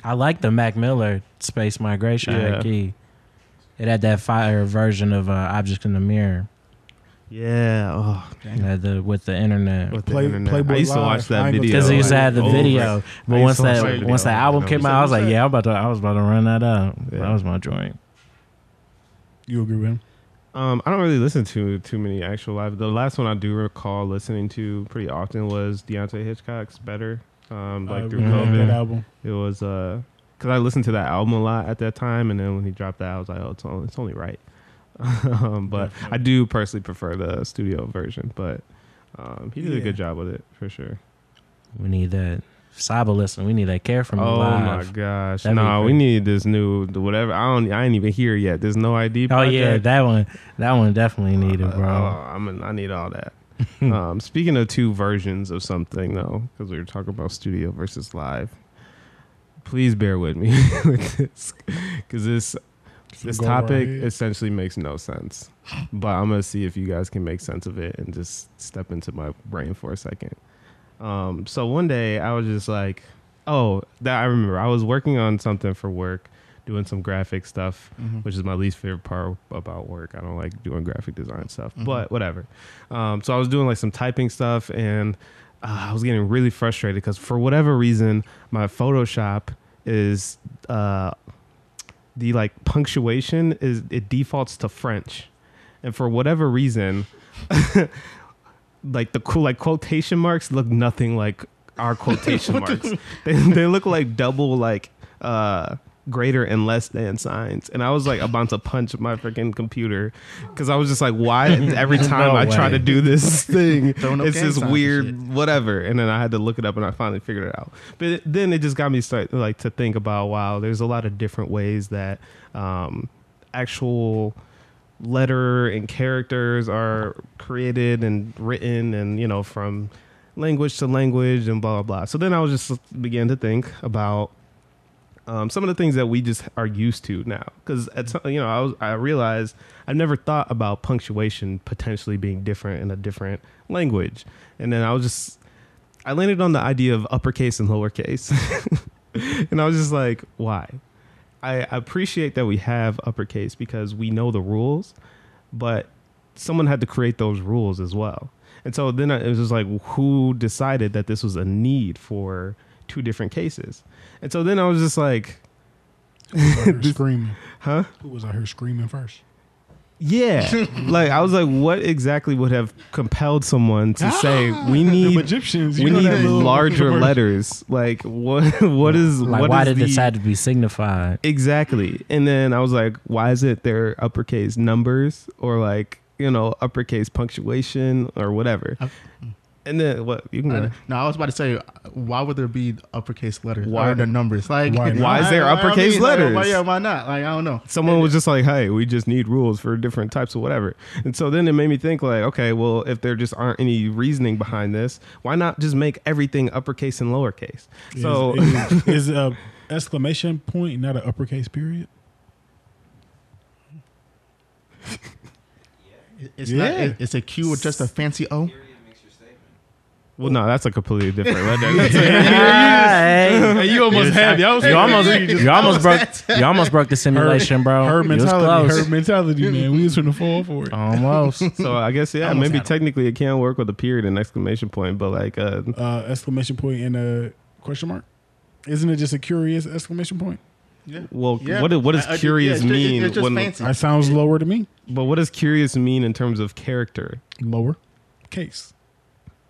Speaker 3: I like the Mac Miller Space Migration
Speaker 4: Yeah.
Speaker 3: key. It had that fire version of uh, Object in the Mirror.
Speaker 4: Yeah. Oh,
Speaker 3: It had the with the internet.
Speaker 4: with the
Speaker 1: Play-
Speaker 4: internet.
Speaker 1: Playboy
Speaker 4: I used to
Speaker 1: Live,
Speaker 4: watch
Speaker 1: I
Speaker 4: that
Speaker 1: ain't gonna
Speaker 4: video.
Speaker 3: Because
Speaker 1: Yeah,
Speaker 3: he used to
Speaker 1: like,
Speaker 3: have the
Speaker 4: over
Speaker 3: video, but
Speaker 4: I
Speaker 3: once
Speaker 4: used to watch
Speaker 3: that
Speaker 4: that video
Speaker 3: once that
Speaker 4: over
Speaker 3: album
Speaker 4: and
Speaker 3: came
Speaker 4: over.
Speaker 3: out, I was like, yeah, I'm about to, I was about to run that out.
Speaker 4: Yeah.
Speaker 3: That was my joint.
Speaker 1: You agree with him?
Speaker 4: Um, I don't really listen to too many actual live. The last one I do recall listening to pretty often was Deontay Hitchcock's "Better." Um,
Speaker 3: Uh,
Speaker 4: like
Speaker 1: I
Speaker 4: through
Speaker 1: really like
Speaker 4: COVID,
Speaker 1: Uh, that album.
Speaker 4: it was uh, cause I listened to that album a lot at that time, and then when he dropped that, I was like, oh, it's only, it's only right. um, but I do personally prefer the studio version, but um, he did a
Speaker 1: Yeah.
Speaker 4: good job with it for sure.
Speaker 3: We need that Saba listen. We need that care from
Speaker 4: oh
Speaker 3: live.
Speaker 4: my gosh,
Speaker 3: That'd be
Speaker 4: no, we
Speaker 3: great.
Speaker 4: need this new whatever. I don't, I ain't even here yet. There's no ID.
Speaker 3: Oh yeah,
Speaker 4: project.
Speaker 3: that one, that one definitely needed,
Speaker 4: Uh,
Speaker 3: bro.
Speaker 4: oh, I'm an- I need all that. um, speaking of two versions of something, though, because we were talking about studio versus live, please bear with me with this, because this this
Speaker 1: Go
Speaker 4: topic
Speaker 1: right.
Speaker 4: essentially makes no sense. But I'm gonna see if you guys can make sense of it and just step into my brain for a second. Um, so one day I was just like, oh, that I remember. I was working on something for work, doing some graphic stuff,
Speaker 2: Mm-hmm.
Speaker 4: which is my least favorite part about work. I don't like doing graphic design stuff, but whatever. Um, so I was doing like some typing stuff, and uh, I was getting really frustrated because for whatever reason, my Photoshop is uh, the like punctuation is it defaults to French, and for whatever reason, like the cool like quotation marks look nothing like our quotation marks. They, they look like double like uh greater and less than signs and i was like about to punch my freaking computer because i was just like why every time i try
Speaker 3: way.
Speaker 4: to do this thing
Speaker 2: Throwing up
Speaker 4: it's
Speaker 2: gang
Speaker 4: this
Speaker 2: signs and
Speaker 4: weird
Speaker 2: shit.
Speaker 4: whatever and then i had to look it up and i finally figured it out but it- then it just got me start like to think about wow there's a lot of different ways that um actual letter and characters are created and written and you know from language to language and blah blah blah so then i was just began to think about um, some of the things that we just are used to now. Because you know, I was I realized I never thought about punctuation potentially being different in a different language, and then I was just I landed on the idea of uppercase and lowercase, and I was just like, why? I appreciate that we have uppercase because we know the rules, but someone had to create those rules as well. And so then I- it was just like, who decided that this was a need for two different cases? And so then I was just like,
Speaker 1: Who was out here screaming?
Speaker 4: Huh?
Speaker 1: Who was out here screaming first?
Speaker 4: Yeah. like I was like, what exactly would have compelled someone to say we
Speaker 1: Them
Speaker 4: need
Speaker 1: Egyptians.
Speaker 4: we
Speaker 1: you know
Speaker 4: need
Speaker 1: that little-
Speaker 4: larger
Speaker 1: word?
Speaker 4: letters? Like what what is
Speaker 3: Like,
Speaker 4: what
Speaker 3: why
Speaker 4: is
Speaker 3: did
Speaker 4: the-
Speaker 3: this have to be signified?
Speaker 4: Exactly. And then I was like, why is it their uppercase numbers or like, you know, uppercase punctuation or whatever?
Speaker 1: Uh,
Speaker 2: Up-
Speaker 4: And then what you can
Speaker 2: I-
Speaker 4: go.
Speaker 2: no, I was about to say, why would there be uppercase letters?
Speaker 4: Why-
Speaker 2: Why are there numbers? Like,
Speaker 1: Why not? Why
Speaker 4: is there
Speaker 2: I mean,
Speaker 4: uppercase
Speaker 2: like,
Speaker 4: letters?
Speaker 2: why, yeah, why not? Like, I don't know.
Speaker 4: someone was just like, "Hey, we just need rules for different types of whatever." And so then it made me think like, okay, well, if there just aren't any reasoning behind this, why not just make everything uppercase and lowercase?
Speaker 1: Is-
Speaker 4: so
Speaker 1: is, is a exclamation point not an uppercase period?
Speaker 2: It's
Speaker 1: Yeah.
Speaker 2: not. it- It's a Q with just a fancy O.
Speaker 5: Period makes your statement.
Speaker 4: well, no, that's a completely different letter. That's a-
Speaker 3: Hey.
Speaker 2: you almost had. You
Speaker 3: You almost, you almost broke, you almost broke the simulation, bro.
Speaker 1: Her
Speaker 3: you was
Speaker 1: mentality,
Speaker 3: close.
Speaker 1: her mentality, man. We was finna fall for it.
Speaker 3: Um, Almost.
Speaker 4: so I guess yeah,
Speaker 2: almost
Speaker 4: maybe
Speaker 2: had it.
Speaker 4: technically it can work with a period and exclamation point, but like uh,
Speaker 1: Uh, exclamation point and a question mark. Isn't it just a curious exclamation point?
Speaker 4: well,
Speaker 2: Yeah.
Speaker 4: what what does
Speaker 2: I- I- yeah,
Speaker 4: curious
Speaker 2: it's ju-
Speaker 4: mean?
Speaker 2: It's just
Speaker 4: when-
Speaker 2: fancy.
Speaker 1: That sounds lower to me.
Speaker 4: but what does curious mean in terms of character?
Speaker 1: Lower case.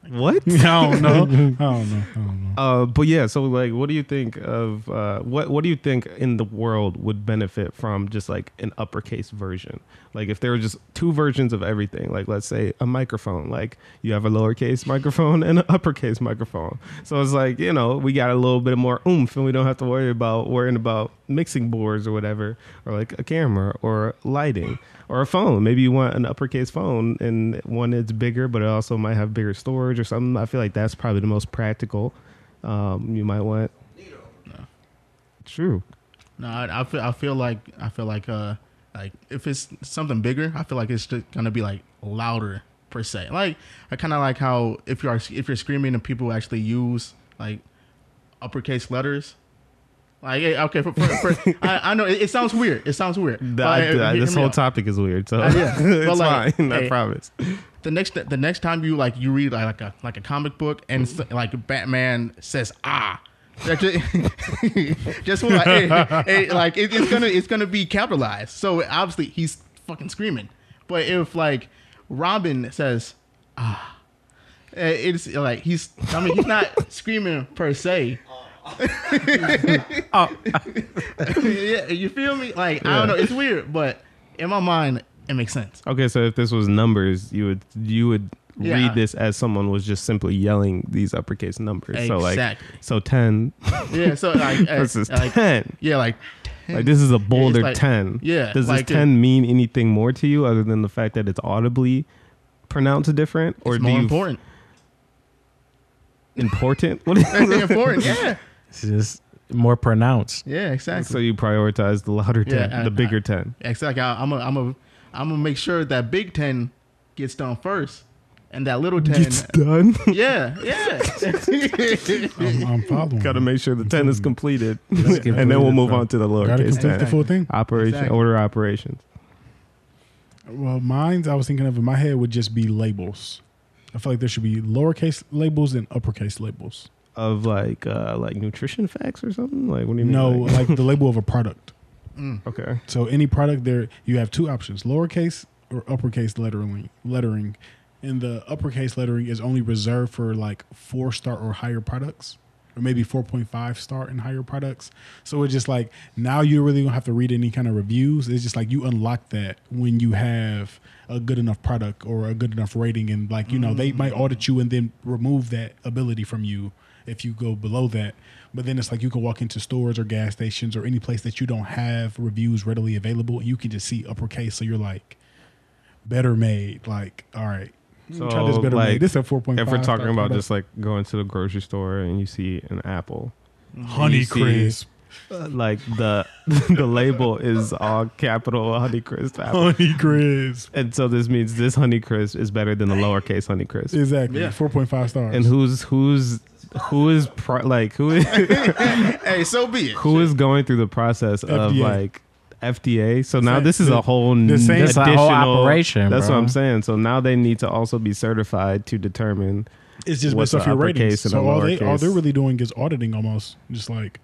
Speaker 4: What?
Speaker 1: I don't know. I don't know. I don't know.
Speaker 4: Uh, but yeah, so like, what do you think of uh, what what do you think in the world would benefit from just like an uppercase version? Like, if there were just two versions of everything, like let's say a microphone, like you have a lowercase microphone and an uppercase microphone. So it's like you know we got a little bit more oomph, and we don't have to worry about worrying about mixing boards or whatever, or like a camera or lighting or a phone. Maybe you want an uppercase phone and one that's bigger, but it also might have bigger storage or something. I feel like that's probably the most practical um, you might want. True.
Speaker 2: No, I, I feel. I feel like. I feel like. Uh, like if it's something bigger, I feel like it's just gonna be like louder per se. Like I kind of like how if you are if you're screaming and people actually use like uppercase letters. Like yeah, okay, for, for, for, I, I know it, it sounds weird. It sounds weird. but,
Speaker 4: I-
Speaker 2: uh,
Speaker 4: I-
Speaker 2: hear-
Speaker 4: this
Speaker 2: hear me
Speaker 4: whole
Speaker 2: out.
Speaker 4: topic is weird, so
Speaker 2: Uh, yeah.
Speaker 4: it's
Speaker 2: But, like,
Speaker 4: fine. I
Speaker 2: hey.
Speaker 4: promise.
Speaker 2: the next the next time you like you read like, a like a comic book and s- like Batman says ah. That's it. just what it, it- like it- it's gonna it's gonna be capitalized. So obviously he's fucking screaming. But if like Robin says ah, eh, it's like he's I mean he's not screaming per se. yeah, you feel me? Like I don't know. It's weird, but in my mind it makes sense.
Speaker 4: Okay, so if this was numbers, you would you would
Speaker 2: Yeah.
Speaker 4: read this as someone was just simply yelling these uppercase numbers. So like,
Speaker 2: Exactly.
Speaker 4: so ten
Speaker 2: Yeah. So like eh,
Speaker 4: versus
Speaker 2: like,
Speaker 4: ten.
Speaker 2: Yeah, like
Speaker 4: Like this is a bolder
Speaker 2: like-
Speaker 4: ten.
Speaker 2: yeah,
Speaker 4: Does
Speaker 2: like,
Speaker 4: this ten mean anything more to you other than the fact that it's audibly pronounced different, or
Speaker 2: it's
Speaker 4: do
Speaker 2: more
Speaker 4: you
Speaker 2: important.
Speaker 4: important? What is-
Speaker 2: It's important. Yeah.
Speaker 3: It's just more pronounced.
Speaker 2: Yeah.
Speaker 4: so
Speaker 2: Exactly.
Speaker 4: you prioritize the louder
Speaker 2: Yeah,
Speaker 4: ten,
Speaker 2: I-
Speaker 4: the
Speaker 2: I-
Speaker 4: bigger ten.
Speaker 2: exactly. I, I'm a. I'm a. I'm gonna make sure that Big Ten gets done first, and that Little Ten.
Speaker 4: done.
Speaker 2: Yeah. Yeah.
Speaker 1: I'm, I'm following.
Speaker 4: Got to make sure the ten is completed,
Speaker 3: completed,
Speaker 4: and then we'll move
Speaker 3: bro.
Speaker 4: on to the
Speaker 1: Gotta
Speaker 4: lowercase
Speaker 1: complete the
Speaker 4: ten.
Speaker 1: full thing.
Speaker 4: Operation
Speaker 2: Exactly.
Speaker 4: order operations.
Speaker 1: Well, mine's I was thinking of in my head would just be labels. I feel like there should be lowercase labels and uppercase labels.
Speaker 4: of like uh like nutrition facts or something? Like what do you mean?
Speaker 1: No,
Speaker 4: Like-
Speaker 1: like the label of a product.
Speaker 4: okay.
Speaker 1: So any product there, you have two options: lowercase or uppercase lettering. Lettering, and the uppercase lettering is only reserved for like four star or higher products, or maybe four point five star and higher products. So it's just like now you really don't have to read any kind of reviews. It's just like you unlock that when you have a good enough product or a good enough rating, and like you know they might audit you and then remove that ability from you if you go below that. But then it's like you can walk into stores or gas stations or any place that you don't have reviews readily available, and you can just see uppercase. So you're like, better made. Like, all right,
Speaker 4: So
Speaker 1: try this better
Speaker 4: like
Speaker 1: made. This is a four point
Speaker 4: if
Speaker 1: five.
Speaker 4: we're talking about just like going to the grocery store and you see an apple, you
Speaker 1: honey
Speaker 4: see-
Speaker 1: crisp,
Speaker 4: like the the label is all capital Honeycrisp apple,
Speaker 1: honey crisp,
Speaker 4: and so this means this Honeycrisp is better than the lowercase Honeycrisp.
Speaker 1: exactly
Speaker 2: Yeah.
Speaker 1: four point five stars.
Speaker 4: and who's who's who is pro- like who is
Speaker 2: hey, so be it.
Speaker 4: who is going through the process of
Speaker 1: FDA.
Speaker 4: like FDA. So now
Speaker 1: Same.
Speaker 4: this is a whole
Speaker 1: The same-
Speaker 4: n-
Speaker 1: This
Speaker 3: a whole
Speaker 4: additional
Speaker 3: operation,
Speaker 4: That's
Speaker 3: bro.
Speaker 4: what I'm saying. So now they need to also be certified to determine.
Speaker 1: it's just
Speaker 4: what's
Speaker 1: based off
Speaker 4: the
Speaker 1: your
Speaker 4: uppercase
Speaker 1: ratings.
Speaker 4: and
Speaker 1: So
Speaker 4: the
Speaker 1: all they all
Speaker 4: lowercase?
Speaker 1: they're really doing is auditing almost, just like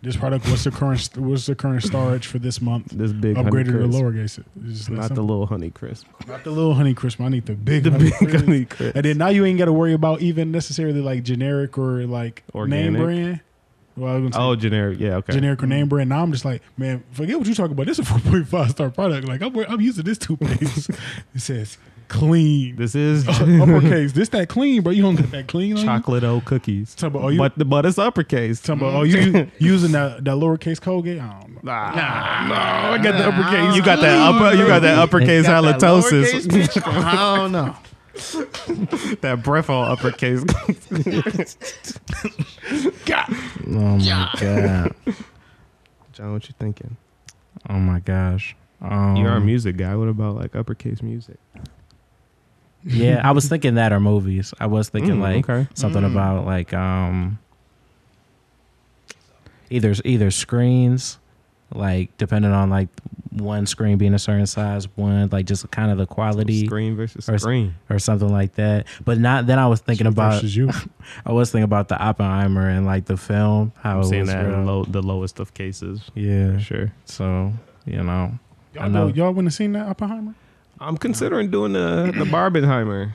Speaker 1: This product. What's the current? st- What's the current storage for this month?
Speaker 4: This big
Speaker 1: Upgraded or
Speaker 4: Honeycrisp.
Speaker 1: lowercase? It's just that
Speaker 4: Not the
Speaker 1: simple.
Speaker 4: little honey crisp.
Speaker 1: not the little honey crisp. I need the big
Speaker 4: The
Speaker 1: honey
Speaker 4: big
Speaker 1: crisp.
Speaker 4: honey crisp.
Speaker 1: And then now you ain't got to worry about even necessarily like generic or like
Speaker 4: Organic.
Speaker 1: name brand. Well, I was gonna say
Speaker 4: Oh, generic. Yeah, okay. Mm.
Speaker 1: generic or name brand. Now I'm just like, man, forget what you talking about. This is a 4.5 star product. Like I'm, I'm using this toothpaste. it says clean. Uh,
Speaker 4: This is
Speaker 1: Oh. uppercase. This that clean, bro. You don't get that clean. On you?
Speaker 4: chocolate O cookies.
Speaker 1: Talking about, oh, you-
Speaker 4: but the but it's uppercase.
Speaker 1: Talking about, oh, you you using that, that lowercase Colgate? I don't know.
Speaker 4: Nah.
Speaker 2: no,
Speaker 4: I got the uppercase.
Speaker 2: nah.
Speaker 4: You got that upper. You got that uppercase
Speaker 2: Got that
Speaker 4: halitosis.
Speaker 2: lowercase bitch? I don't know.
Speaker 4: that breath all uppercase.
Speaker 3: Oh my god.
Speaker 4: John, what you thinking?
Speaker 3: Oh my gosh. Um,
Speaker 4: You're a music guy. What about like uppercase music?
Speaker 3: yeah, I was thinking that or movies. I was thinking
Speaker 4: Mm,
Speaker 3: like
Speaker 4: okay.
Speaker 3: something about like um either either screens, like depending on like one screen being a certain size, one like just kind of the quality
Speaker 4: Screen versus
Speaker 3: or s-
Speaker 4: screen.
Speaker 3: or something like that. But not then I was thinking about
Speaker 1: versus you.
Speaker 3: I was thinking about the Oppenheimer and like the film how
Speaker 4: I'm
Speaker 3: it
Speaker 4: seeing
Speaker 3: was
Speaker 4: that
Speaker 3: real.
Speaker 4: in low, the lowest of cases.
Speaker 3: yeah.
Speaker 4: For sure.
Speaker 3: So, you know, I
Speaker 1: Y'all,
Speaker 3: know.
Speaker 1: know. y'all wouldn't have seen that Oppenheimer?
Speaker 4: I'm considering doing the the Barbenheimer.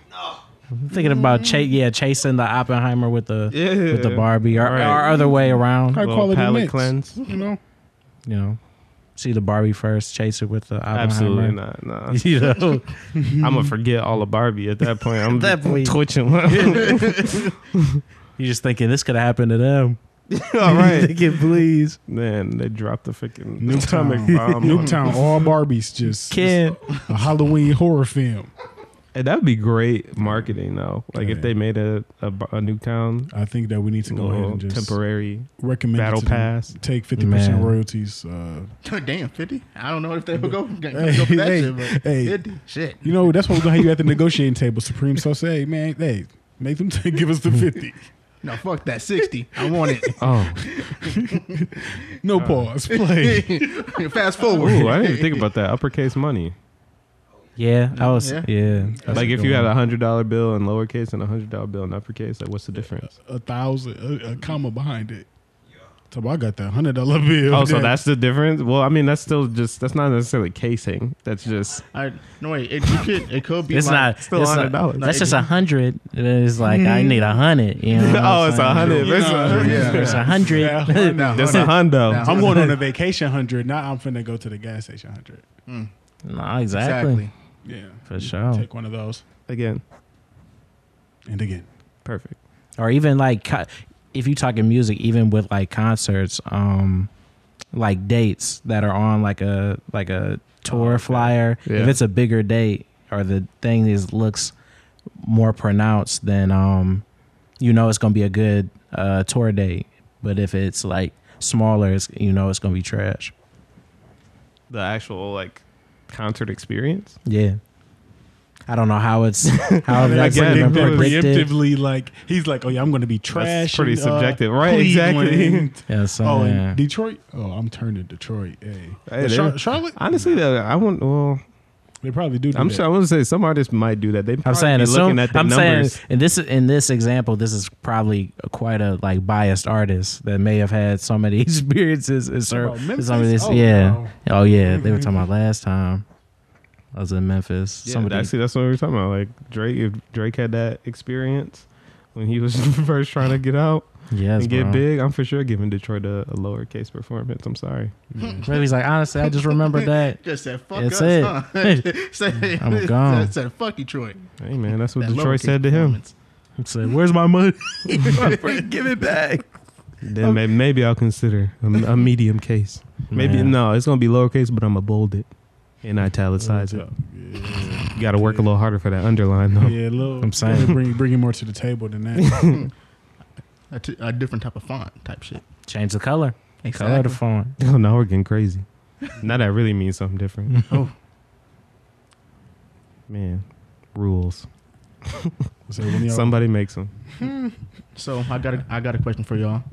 Speaker 3: I'm thinking about cha- yeah, chasing the Oppenheimer with the
Speaker 4: Yeah.
Speaker 3: with the Barbie or,
Speaker 4: Right. Mm-hmm.
Speaker 3: or other way around.
Speaker 1: High
Speaker 4: Little
Speaker 1: quality
Speaker 4: palate
Speaker 1: mix.
Speaker 4: cleanse.
Speaker 1: You know,
Speaker 3: you know, see the Barbie first, chase it with the Oppenheimer.
Speaker 4: Absolutely not. Nah.
Speaker 3: You know,
Speaker 4: I'm gonna forget all of Barbie at that point. I'm
Speaker 3: That point.
Speaker 4: twitching.
Speaker 3: you're just thinking this could happen to them.
Speaker 4: all right.
Speaker 3: thinking, please,
Speaker 4: Man, they dropped the freaking atomic
Speaker 1: Nuketown,
Speaker 4: bomb. on
Speaker 1: Nuketown, all Barbies, just
Speaker 3: kid.
Speaker 1: a Halloween horror film.
Speaker 4: Hey, that'd be great marketing though. Like if
Speaker 1: Yeah.
Speaker 4: they made a a, b- a new town,
Speaker 1: I think that we need to go ahead
Speaker 4: little
Speaker 1: and just
Speaker 4: temporary
Speaker 1: recommend it
Speaker 4: battle
Speaker 1: to them.
Speaker 4: pass.
Speaker 1: Take fifty
Speaker 3: Man.
Speaker 1: percent royalties. Uh,
Speaker 2: Damn, fifty. I don't know if they would go, go
Speaker 1: Hey,
Speaker 2: for that
Speaker 1: hey,
Speaker 2: shit, but
Speaker 1: hey.
Speaker 2: fifty. Shit.
Speaker 1: you know, that's what we're gonna have you at the negotiating table. Supreme so say, hey, man, hey, make them t- give us the fifty.
Speaker 2: No, fuck that sixty. I want it.
Speaker 4: Oh,
Speaker 1: No
Speaker 4: Uh,
Speaker 1: pause, play.
Speaker 2: Fast forward.
Speaker 4: ooh, I didn't even think about that. Uppercase money.
Speaker 3: Yeah, I was. Yeah,
Speaker 2: Yeah.
Speaker 3: that's
Speaker 4: like
Speaker 3: a
Speaker 4: if
Speaker 3: good
Speaker 4: you had
Speaker 3: one.
Speaker 4: a hundred dollar bill in lowercase and a hundred dollar bill in uppercase, like what's the difference?
Speaker 1: a thousand, a, a comma behind it. So I got that hundred dollar bill.
Speaker 4: Oh, so
Speaker 1: That-
Speaker 4: that's the difference. Well, I mean, that's still just that's not necessarily casing. That's just
Speaker 2: I, no wait, it you could it could be
Speaker 3: It's
Speaker 2: like,
Speaker 3: not.
Speaker 4: still
Speaker 3: it's not-
Speaker 4: $100.
Speaker 3: That's just a hundred. It's like I need a hundred. You know what
Speaker 4: oh,
Speaker 3: I'm
Speaker 4: it's a
Speaker 3: saying?
Speaker 4: hundred.
Speaker 2: You
Speaker 4: versus
Speaker 2: know,
Speaker 4: a hundred.
Speaker 2: yeah.
Speaker 3: It's a hundred.
Speaker 1: Yeah, no,
Speaker 4: That's a hundo.
Speaker 1: I'm going on a vacation hundred. Now I'm finna go to the gas station hundred.
Speaker 3: No, exactly.
Speaker 2: Exactly.
Speaker 1: Yeah,
Speaker 3: For sure.
Speaker 1: take one of those
Speaker 4: Again,
Speaker 1: and again.
Speaker 4: perfect.
Speaker 3: Or even like, co- if you talking music, even with like concerts, um, like dates that are on like a like a tour flyer.
Speaker 4: Yeah.
Speaker 3: If it's a bigger date or the thing is looks more pronounced, then um, you know it's gonna be a good uh tour date. But if it's like smaller, it's, you know it's gonna be trash.
Speaker 4: The actual like concert experience.
Speaker 3: Yeah. I don't know how it's how
Speaker 1: Like
Speaker 3: that's
Speaker 4: Again,
Speaker 3: even
Speaker 4: that was-
Speaker 3: predicted.
Speaker 1: preemptively, like he's like, oh yeah, I'm going to be trash.
Speaker 4: pretty
Speaker 1: in,
Speaker 4: subjective. Right, exactly.
Speaker 1: Cleveland.
Speaker 3: Yeah, so,
Speaker 1: Oh,
Speaker 3: yeah.
Speaker 1: and Detroit. Oh, I'm turning Detroit. Hey,
Speaker 4: Hey,
Speaker 1: But
Speaker 4: they-
Speaker 1: Char- Charlotte.
Speaker 4: Honestly, though, I wouldn't. Well,
Speaker 1: They probably do. do
Speaker 4: I'm
Speaker 1: that.
Speaker 4: sure I would say some artists might do that. They
Speaker 3: I'm saying
Speaker 4: be
Speaker 3: assume,
Speaker 4: looking at the
Speaker 3: I'm
Speaker 4: numbers.
Speaker 3: saying in this in this example, this is probably quite a like biased artist that may have had so many experiences in
Speaker 1: Talking
Speaker 3: cer-
Speaker 1: about
Speaker 3: in
Speaker 1: Memphis?
Speaker 3: some of this.
Speaker 1: Oh,
Speaker 3: yeah. Oh yeah. They were talking about last time. I was in Memphis.
Speaker 4: Mm-hmm. Yeah,
Speaker 3: Somebody
Speaker 4: actually, that's what we were talking about. Like Drake, if Drake had that experience when he was first trying to get out
Speaker 3: yes,
Speaker 4: and get
Speaker 3: bro.
Speaker 4: big, I'm for sure giving Detroit a, a lowercase performance. I'm sorry.
Speaker 3: Really, he's like, honestly, I just remembered that.
Speaker 2: Just said fuck
Speaker 3: That's
Speaker 2: us,
Speaker 3: it.
Speaker 2: huh? said,
Speaker 3: I'm gone.
Speaker 2: Said, said fuck Detroit.
Speaker 4: Hey man, that's what
Speaker 2: That
Speaker 4: Detroit
Speaker 2: lowercase
Speaker 4: said to him.
Speaker 2: performance.
Speaker 3: He said, Where's my money? Give it back.
Speaker 4: Then may- maybe I'll consider a, a medium case. Maybe
Speaker 3: Man.
Speaker 4: no, it's gonna be lowercase, but I'm gonna bold it and italicize it.
Speaker 1: Yeah,
Speaker 4: You gotta work a little harder for that underline though.
Speaker 1: yeah, a little.
Speaker 3: I'm saying.
Speaker 1: bring bringing more to the table than that.
Speaker 2: A, t- a different type of font type shit.
Speaker 3: Change the color. Color the font.
Speaker 4: Oh, now we're getting crazy. now that really means something different.
Speaker 2: Oh.
Speaker 4: man, rules.
Speaker 1: So when y'all-
Speaker 4: Somebody makes them.
Speaker 2: So I got a, I got a question for y'all.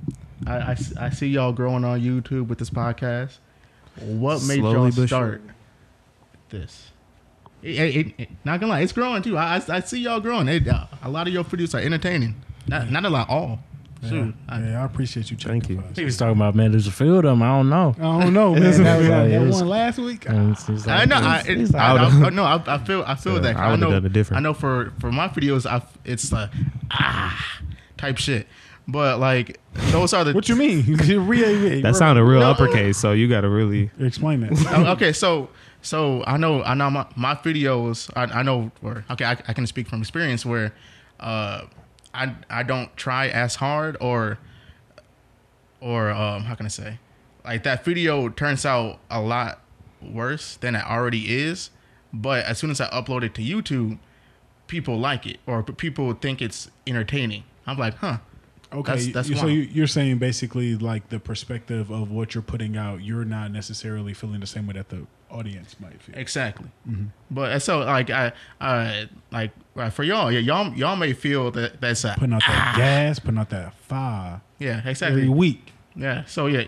Speaker 2: I, I s- I see y'all growing on YouTube with this podcast. What made
Speaker 4: Slowly
Speaker 2: y'all
Speaker 4: but surely.
Speaker 2: start this? It- it- it- not gonna lie, it's growing too. I, I, I see y'all growing. It, uh, a lot of your videos are entertaining. Not, not a lot, all. Shoot.
Speaker 1: Yeah, yeah, I appreciate you checking.
Speaker 4: Thank you.
Speaker 1: for us.
Speaker 3: He was talking about man, there's a few of them. I don't know.
Speaker 1: I don't know, man. that was,
Speaker 3: Yeah,
Speaker 1: that
Speaker 3: it Uh, was-
Speaker 1: one last week.
Speaker 3: And it's- it's
Speaker 2: I
Speaker 3: like-
Speaker 2: know. I,
Speaker 3: it's-
Speaker 2: it,
Speaker 3: it's like-
Speaker 2: I,
Speaker 4: I
Speaker 2: I, I, no, I, I feel. I feel
Speaker 4: Yeah,
Speaker 2: that.
Speaker 4: I
Speaker 2: I,
Speaker 4: would've
Speaker 2: know.
Speaker 4: done it different.
Speaker 2: I know for for my videos, I it's like ah type shit. But like those are the
Speaker 1: What you mean? Re-
Speaker 4: That sounded real uppercase, so you got to really.
Speaker 1: Explain that.
Speaker 2: Oh, okay, so so I know I know my, my videos I, I know where okay I, I can speak from experience where uh I I don't try as hard or or um how can I say like that video turns out a lot worse than it already is but as soon as I upload it to YouTube people like it or people think it's entertaining I'm like huh
Speaker 1: Okay,
Speaker 2: That's- that's
Speaker 1: you- so
Speaker 2: why.
Speaker 1: you, you're saying basically like the perspective of what you're putting out, you're not necessarily feeling the same way that the audience might feel.
Speaker 2: Exactly.
Speaker 1: Mm-hmm.
Speaker 2: But uh, so like I uh like right, for y'all, yeah, y'all y'all may feel that that's a,
Speaker 1: Putting out
Speaker 2: Ah.
Speaker 1: that gas, putting out that fire
Speaker 2: yeah,
Speaker 1: every
Speaker 2: exactly.
Speaker 1: week.
Speaker 2: Yeah. So yeah.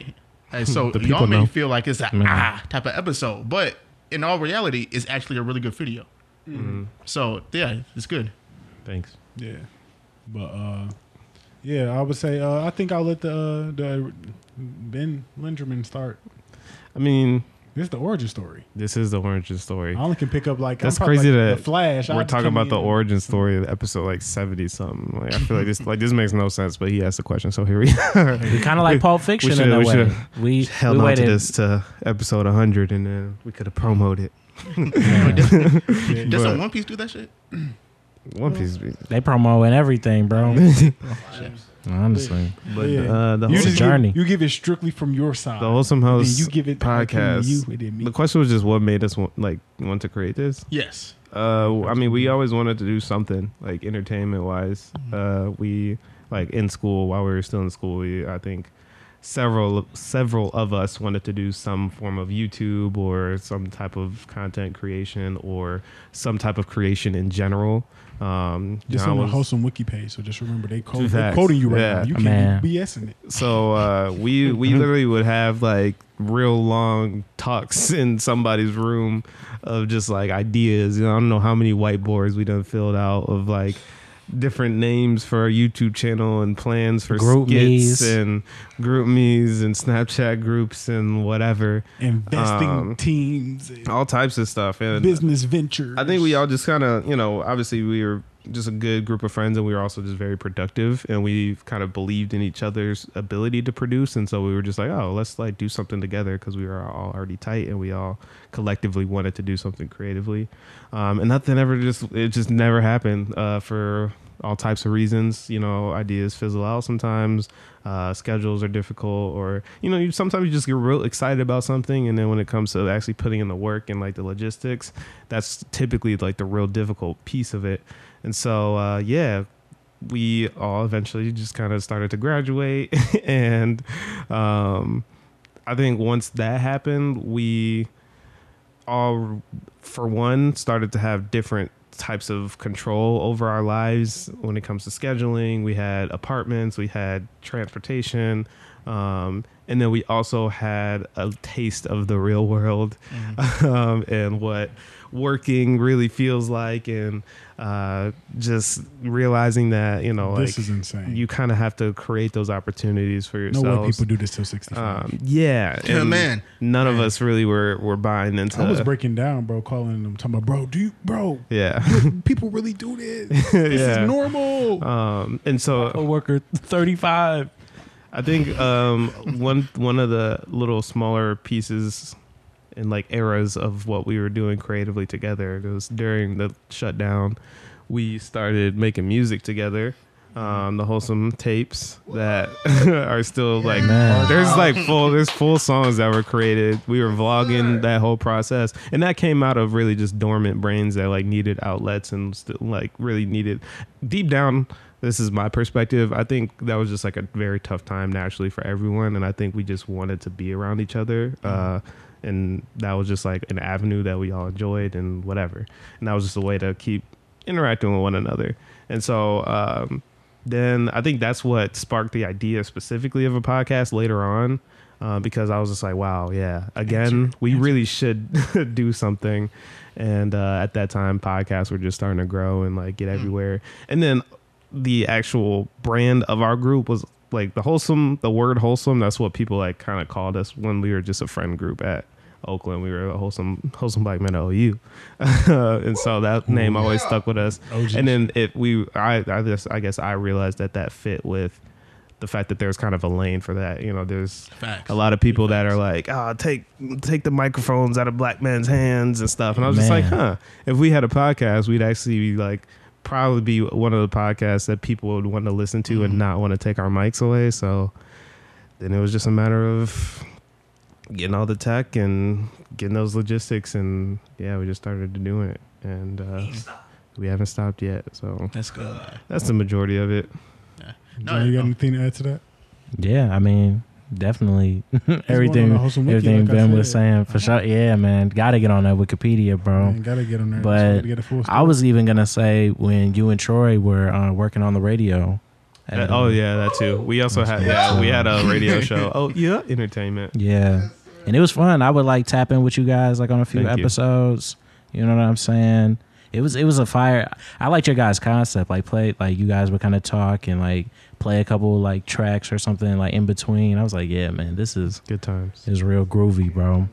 Speaker 2: Uh, so
Speaker 4: The
Speaker 2: y'all
Speaker 4: people
Speaker 2: may
Speaker 4: know.
Speaker 2: feel like it's a ah type of episode, but in all reality, it's actually a really good video. So yeah, it's good.
Speaker 4: Thanks.
Speaker 1: Yeah, but uh, yeah, I would say uh, I think I'll let the uh, the Ben Linderman start.
Speaker 4: I mean,
Speaker 1: This is the origin story.
Speaker 4: this is the origin story.
Speaker 1: I only can pick up like
Speaker 4: That's
Speaker 1: I'm probably,
Speaker 4: crazy
Speaker 1: like,
Speaker 4: that
Speaker 1: the Flash. I
Speaker 4: We're
Speaker 1: had to
Speaker 4: talking
Speaker 1: come
Speaker 4: about the
Speaker 1: in-
Speaker 4: origin story of episode like seventy something. Like I feel like this like this makes no sense, but he asked the question, so here we are.
Speaker 3: we kind of like Pulp Fiction
Speaker 4: should-
Speaker 3: in a
Speaker 4: we
Speaker 3: way. We
Speaker 4: held
Speaker 3: we
Speaker 4: on to
Speaker 3: waited.
Speaker 4: this to episode hundred, and then we could have promoted
Speaker 2: Doesn't One Piece do that shit?
Speaker 4: One Piece.
Speaker 3: They promoting everything, bro. Honestly,
Speaker 4: But
Speaker 1: Yeah.
Speaker 4: uh, the
Speaker 1: You
Speaker 4: whole
Speaker 1: just
Speaker 3: journey.
Speaker 1: Give, you give it strictly from your side.
Speaker 4: the wholesome
Speaker 1: Then
Speaker 4: house
Speaker 1: you give it back to
Speaker 4: podcast.
Speaker 1: You, and then me.
Speaker 4: the question was just what made us want, like want to create this.
Speaker 2: Yes.
Speaker 4: uh, I mean, we always wanted to do something like entertainment wise.
Speaker 1: Mm-hmm.
Speaker 4: Uh, we like in school while we were still in school. We, I think several several of us wanted to do some form of YouTube or some type of content creation or some type of creation in general. Um,
Speaker 1: This
Speaker 4: John
Speaker 1: on the
Speaker 4: was-
Speaker 1: wholesome wiki page, so just remember they quote,
Speaker 4: Two
Speaker 1: they're
Speaker 4: facts.
Speaker 1: quoting you right
Speaker 4: Yeah.
Speaker 1: now. You
Speaker 3: Oh, Man.
Speaker 1: can't be BSing it.
Speaker 4: so uh, we we literally would have like real long talks in somebody's room of just like ideas. You know, I don't know how many whiteboards we done filled out of like different names for our YouTube channel and plans for
Speaker 3: Group
Speaker 4: skits
Speaker 3: me's.
Speaker 4: and group me's and Snapchat groups and whatever,
Speaker 1: Investing
Speaker 4: Um,
Speaker 1: teams, and
Speaker 4: all types of stuff. And
Speaker 1: business ventures.
Speaker 4: I think we all just kind of, you know, obviously we were just a good group of friends and we were also just very productive and we kind of believed in each other's ability to produce. And so we were just like, oh, let's like do something together because we were all already tight and we all collectively wanted to do something creatively. Um, and nothing ever just, it just never happened uh, for all types of reasons. You know, ideas fizzle out sometimes. Uh, schedules are difficult, or you know, you sometimes you just get real excited about something, and then when it comes to actually putting in the work and like the logistics, that's typically like the real difficult piece of it. And so, uh, yeah, we all eventually just kind of started to graduate, and um, I think once that happened, we all, for one, started to have different types of control over our lives when it comes to scheduling. We had apartments, we had transportation, um, and then we also had a taste of the real world
Speaker 1: Mm-hmm.
Speaker 4: um, and what working really feels like, and uh, just realizing that, you know,
Speaker 1: this
Speaker 4: like.
Speaker 1: is insane.
Speaker 4: you kind of have to create those opportunities for
Speaker 1: no
Speaker 4: yourself.
Speaker 1: way people do this till 65.
Speaker 4: Um, yeah,
Speaker 2: Yeah,
Speaker 4: and
Speaker 2: man.
Speaker 4: None of us really were were buying into.
Speaker 1: I was breaking down, bro, calling them, talking about, bro, do you, bro,
Speaker 4: yeah,
Speaker 1: people really do this? This
Speaker 4: Yeah.
Speaker 1: is normal.
Speaker 4: um, and so
Speaker 3: coworker 35.
Speaker 4: I think um, one one of the little smaller pieces and like eras of what we were doing creatively together. It was during the shutdown. We started making music together. Um, the wholesome tapes that are still like
Speaker 3: Man.
Speaker 4: there's like full there's full songs that were created. We were vlogging that whole process, and that came out of really just dormant brains that like needed outlets and still like really needed deep down. This is my perspective. I think that was just like a very tough time naturally for everyone, and I think we just wanted to be around each other. Uh, and that was just like an avenue that we all enjoyed and whatever and that was just a way to keep interacting with one another and so um, then i think that's what sparked the idea specifically of a podcast later on uh, because i was just like wow yeah again we really should do something and uh, at that time podcasts were just starting to grow and like get everywhere and then the actual brand of our group was like the wholesome, the word wholesome. That's what people like kind of called us when we were just a friend group at Oakland. We were a wholesome, wholesome black men at OU, and so that name always stuck with us. And then if we, I, I just, I guess I realized that that fit with the fact that there's kind of a lane for that. You know, there's
Speaker 2: Facts.
Speaker 4: a lot of people that are like, oh, take take the microphones out of black men's hands and stuff. And I was just like,
Speaker 3: Man.
Speaker 4: huh. If we had a podcast, we'd actually be like probably be one of the podcasts that people would want to listen to and not want to take our mics away. So then it was just a matter of getting all the tech and getting those logistics and yeah, we just started to do it. And uh, we haven't stopped yet. So
Speaker 2: That's good.
Speaker 4: that's the majority of it.
Speaker 1: Jay, you got anything to add to that?
Speaker 3: Yeah, I mean, definitely
Speaker 1: going on
Speaker 3: everything.
Speaker 1: the Wholesome Wiki,
Speaker 3: Everything
Speaker 1: like I
Speaker 3: Ben was
Speaker 1: said.
Speaker 3: saying for sure. Yeah, man, gotta get on that Wikipedia, bro.
Speaker 1: Man, gotta get on there.
Speaker 3: but
Speaker 1: to get a full
Speaker 3: I was even gonna say when you and Troy were uh, working on the radio.
Speaker 4: Uh,
Speaker 3: at,
Speaker 4: oh
Speaker 3: uh,
Speaker 4: yeah, that too. We also had yeah, we had a radio show. Oh yeah, entertainment.
Speaker 3: yeah, and it was fun. I would like tap in with you guys like on a few
Speaker 4: Thank you.
Speaker 3: episodes. You. know what I'm saying? It was it was a fire. I liked your guys' concept. Like play like you guys would kind of talk and like play a couple like tracks or something like in between. I was like, yeah, man, this is
Speaker 4: Good times.
Speaker 3: It's real groovy, bro.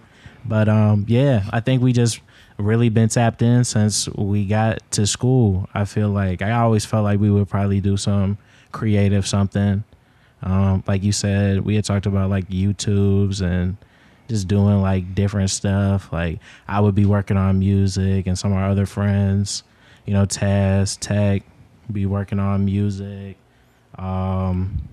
Speaker 3: But um, yeah, I think we just really been tapped in since we got to school. I feel like I always felt like we would probably do some creative something. Um, like you said, we had talked about like YouTubes and just doing like different stuff. Like I would be working on music, and some of our other friends, you know, Taz, Tech, be working on music. Um,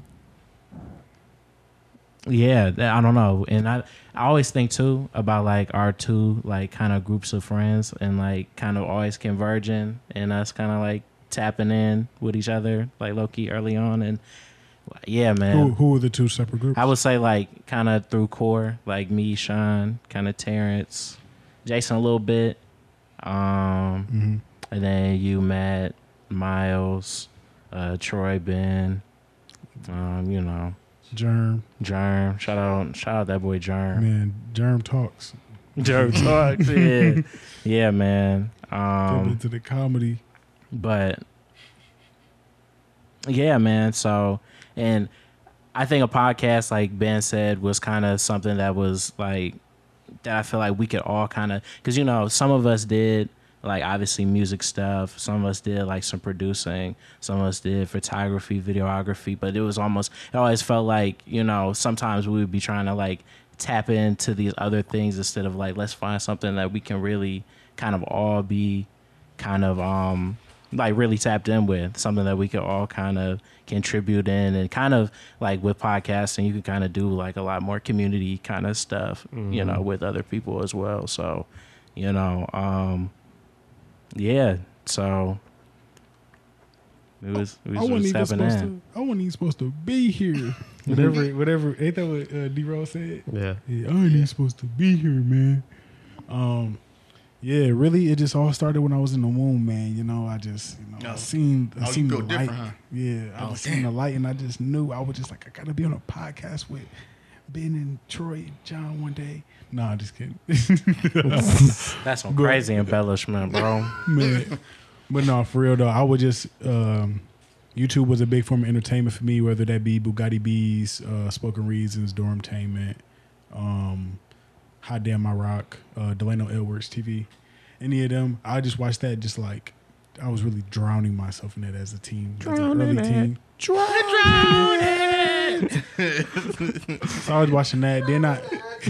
Speaker 3: yeah, that- I don't know, and I I always think too about like our two like kind of groups of friends and like kind of always converging and us kind of like tapping in with each other like low key early on and yeah, man.
Speaker 1: who, who are the two separate groups?
Speaker 3: I would say like kind of through core, like me, Sean, kind of Terrence, Jason a little bit, um,
Speaker 1: Mm-hmm.
Speaker 3: and then you, Matt, Miles, uh, Troy, Ben, um, you know,
Speaker 1: Germ.
Speaker 3: Germ. Shout out, shout out that boy Germ.
Speaker 1: Man, Germ talks.
Speaker 3: Germ talks, yeah, yeah, man.
Speaker 1: Get
Speaker 3: Um,
Speaker 1: into the comedy.
Speaker 3: but yeah, man. So, and I think a podcast, like Ben said, was kind of something that was like, that I feel like we could all kind of, because, you know, some of us did like obviously music stuff, some of us did like some producing, some of us did photography, videography, but it was almost, it always felt like, you know, sometimes we would be trying to like tap into these other things instead of like, let's find something that we can really kind of all be kind of um like really tapped in with something that we could all kind of contribute in and kind of like with podcasting you can kind of do like a lot more community kind of stuff you know with other people as well so you know um yeah so it was we
Speaker 1: I
Speaker 3: was
Speaker 1: wasn't even
Speaker 3: just tapping
Speaker 1: supposed
Speaker 3: in
Speaker 1: to. I wasn't even supposed to be here. whatever, whatever. Ain't that what uh, D. Rose said?
Speaker 4: Yeah.
Speaker 1: Yeah, I ain't even supposed to be here, man. Um, yeah, really, it just all started when I was in the womb, man. You know, I just, you know,
Speaker 2: Oh.
Speaker 1: I seen, I
Speaker 2: Oh, you
Speaker 1: seen the
Speaker 2: feel
Speaker 1: light.
Speaker 2: different, huh?
Speaker 1: Yeah, I
Speaker 2: Oh,
Speaker 1: just seen the light, and I just knew I was just like, I gotta be on a podcast with Ben and Troy and John one day. Nah, just kidding,
Speaker 3: that's some crazy embellishment bro
Speaker 1: man. But no, for real though, I would just. Um, YouTube was a big form of entertainment for me, whether that be Bugatti Bees, uh, Spoken Reasons, Dormtainment, um, Hot Damn My Rock, uh, Delano Edwards TV, any of them. I just watched that just like I was really drowning myself in it as a teen, as an early teen. so I was watching that. Then I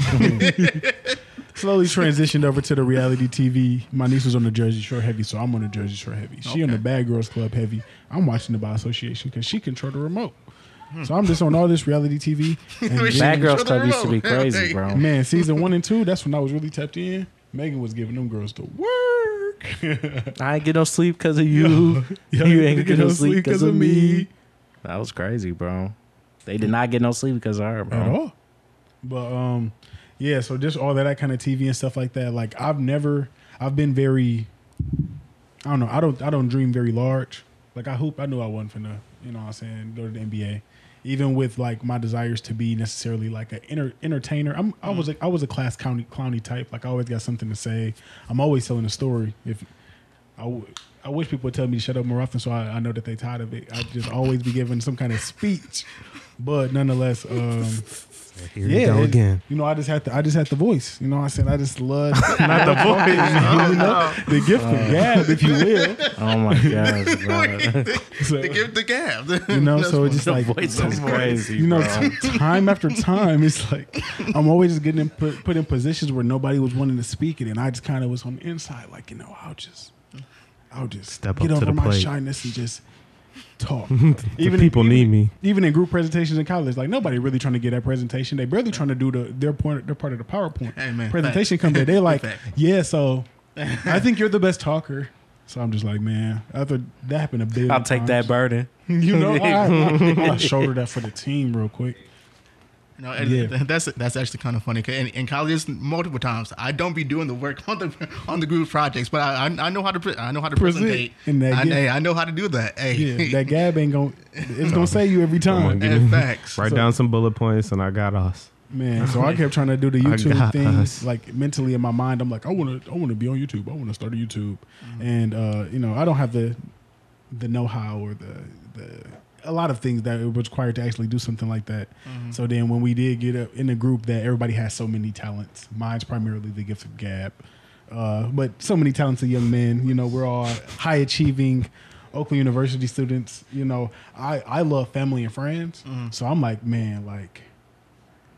Speaker 1: slowly transitioned over to the reality TV. My niece was on the Jersey Shore heavy, so I'm on the Jersey Shore heavy. She on the Bad Girls Club heavy. I'm watching the by association because she controlled the remote.
Speaker 3: Hmm.
Speaker 1: So I'm just on all this reality TV. And then-
Speaker 3: bad girls
Speaker 2: Control the
Speaker 3: club used to be
Speaker 2: remote.
Speaker 3: crazy bro
Speaker 1: Man, season one and two, that's when I was really tapped in. Megan was giving them girls the work.
Speaker 3: i ain't get no sleep because of you you ain't get no sleep because of me Hmm. that was crazy bro they did not get no sleep because of her bro
Speaker 1: at all. But um, yeah. So just all that, that kind of TV and stuff like that. Like I've never, I've been very, I don't know. I don't, I don't dream very large. Like I hope I knew I wasn't finna, you know, what I'm saying go to the NBA. Even with like my desires to be necessarily like an enter- entertainer, I'm I was a, I was a class county clowny type. Like I always got something to say. I'm always telling a story. If I, w- I wish people would tell me to shut up more often so I, I know that they tired of it. I just always be giving some kind of speech, but nonetheless, um,
Speaker 6: Here
Speaker 1: yeah,
Speaker 6: we go
Speaker 1: it's-
Speaker 6: again.
Speaker 1: You know, I just had to. I just had the voice. You know, I said I just love
Speaker 4: Not the voice.
Speaker 1: you know, the gift
Speaker 6: Uh,
Speaker 1: of gab, if you will.
Speaker 3: Oh my gosh, bro.
Speaker 1: So,
Speaker 2: They give the gab.
Speaker 1: you know, so it's just like
Speaker 3: That's crazy,
Speaker 1: you know,
Speaker 3: bro.
Speaker 1: t- time after time, it's like I'm always just getting in put, put in positions where nobody was wanting to speak it, and I just kind of was on the inside, like you know, I'll just, I'll just
Speaker 6: Step
Speaker 1: get
Speaker 6: up to
Speaker 1: over
Speaker 6: the
Speaker 1: my
Speaker 6: plate.
Speaker 1: shyness and just talk.
Speaker 6: Even people need me.
Speaker 1: Even in group presentations in college, like nobody really trying to get that presentation. They barely trying to do the their point, their part of the PowerPoint
Speaker 2: Hey, man,
Speaker 1: presentation.
Speaker 2: fact.
Speaker 1: Come there, they like,
Speaker 2: Fact.
Speaker 1: yeah. So I think you're the best talker. So I'm just like, man, after that happened a billion.
Speaker 3: I'll take
Speaker 1: times.
Speaker 3: that burden.
Speaker 1: You know, I, I, I shoulder that for the team real quick.
Speaker 2: No, and
Speaker 1: Yeah.
Speaker 2: th- that's that's actually kind of funny. 'cause In, in colleges, multiple times, I don't be doing the work on the on the group projects, but I I, I know how to pre- I know how to
Speaker 1: Present
Speaker 2: present.
Speaker 1: in that
Speaker 2: I,
Speaker 1: gap.
Speaker 2: hey, I know how to do that. Hey,
Speaker 1: Yeah, that gab ain't gonna it's gonna say you every time,
Speaker 2: and facts.
Speaker 4: Write down some bullet points, and I got us.
Speaker 1: man. So I kept trying to do the YouTube
Speaker 4: got
Speaker 1: things
Speaker 4: us.
Speaker 1: like mentally in my mind. I'm like, I wanna, I wanna be on YouTube. I wanna start a YouTube,
Speaker 4: Mm-hmm.
Speaker 1: and uh, you know, I don't have the the know how or the the a lot of things that it was required to actually do something like that. So then when we did get up in the group that everybody has so many talents. Mine's primarily the gift of gab. Uh, but so many talented young men, you know, we're all high achieving Oakland University students. You know, I, I love family and friends. So I'm like, man, like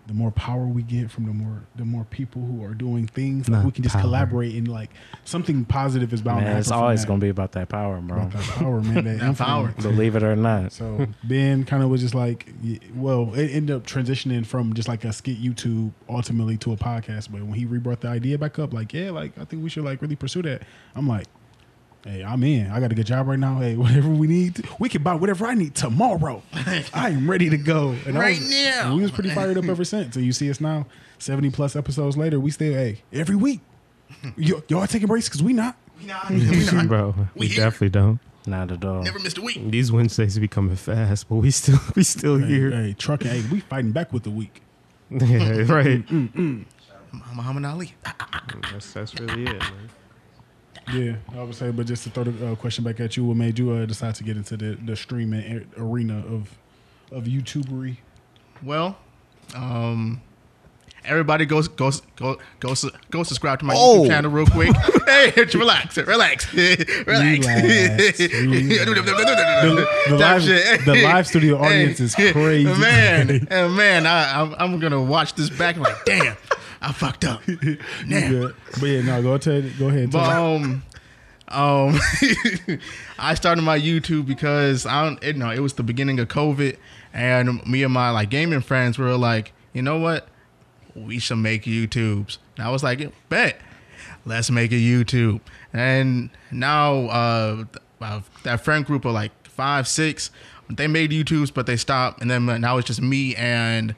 Speaker 1: the more power we get from the more the more people who are doing things, like
Speaker 6: Not
Speaker 1: we can just
Speaker 6: power.
Speaker 1: collaborate and like something positive is bound to
Speaker 3: Man,
Speaker 1: happen.
Speaker 3: it's always
Speaker 1: going
Speaker 3: gonna be about that power, bro.
Speaker 1: that power, man. That
Speaker 2: That power.
Speaker 1: influence.
Speaker 3: Believe it or not.
Speaker 1: So Ben kind of was just like, y- well, it ended up transitioning from just like a skit YouTube ultimately to a podcast. But when he rebrought the idea back up, like, yeah, like I think we should like really pursue that. I'm like, hey, I'm in. I got a good job right now. Hey, whatever we need, we can buy whatever I need tomorrow. I am ready to go. And I
Speaker 2: Right
Speaker 1: was-
Speaker 2: now.
Speaker 1: and we was pretty fired up ever since. And you see us now, seventy plus episodes later, we still hey every week. Y- y'all taking breaks because we not.
Speaker 4: Bro, we
Speaker 2: here.
Speaker 4: definitely don't.
Speaker 3: Not at all.
Speaker 2: Never missed a week.
Speaker 4: These Wednesdays be coming fast, but we still we still
Speaker 1: Hey,
Speaker 4: here.
Speaker 1: hey trucking. Hey, we fighting back with the week.
Speaker 4: Yeah, right.
Speaker 2: Muhammad Ali.
Speaker 4: That's, that's really it. Man.
Speaker 1: Yeah, I would say, but just to throw the uh, question back at you, what made you uh, decide to get into the, the streaming a- arena of of YouTubery?
Speaker 2: Well, um, everybody goes goes go go su- go subscribe to my
Speaker 6: Oh.
Speaker 2: YouTube channel real quick. hey, relax, relax, relax.
Speaker 1: Relax, The
Speaker 2: Type
Speaker 1: live,
Speaker 2: shit.
Speaker 1: the live studio audience is crazy.
Speaker 2: Man, eh, man, I, I'm, I'm gonna watch this back. I'm like, damn, I fucked up. Damn.
Speaker 1: Yeah. But yeah, no, go tell, go ahead. Tell
Speaker 2: But um, um, I started my YouTube because I don't it, no, it was the beginning of COVID, and me and my like gaming friends were like, you know what, we should make YouTubes. And I was like, bet, let's make a YouTube. And now uh, uh, that friend group of like five, six. They made YouTubes, but they stopped, and then uh, now it's just me and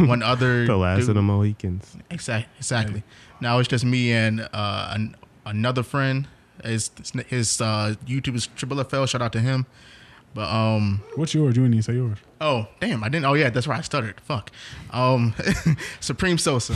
Speaker 2: one other.
Speaker 4: The last of
Speaker 2: dude.
Speaker 4: the Mohicans.
Speaker 2: Exactly. Exactly. Now it's just me and uh, an, another friend. His his uh, YouTube is Triple FL. Shout out to him. But um,
Speaker 1: what's yours? You need to say yours.
Speaker 2: oh damn, I didn't. Oh yeah, that's right. I stuttered. Fuck. Um, Supreme Sosa.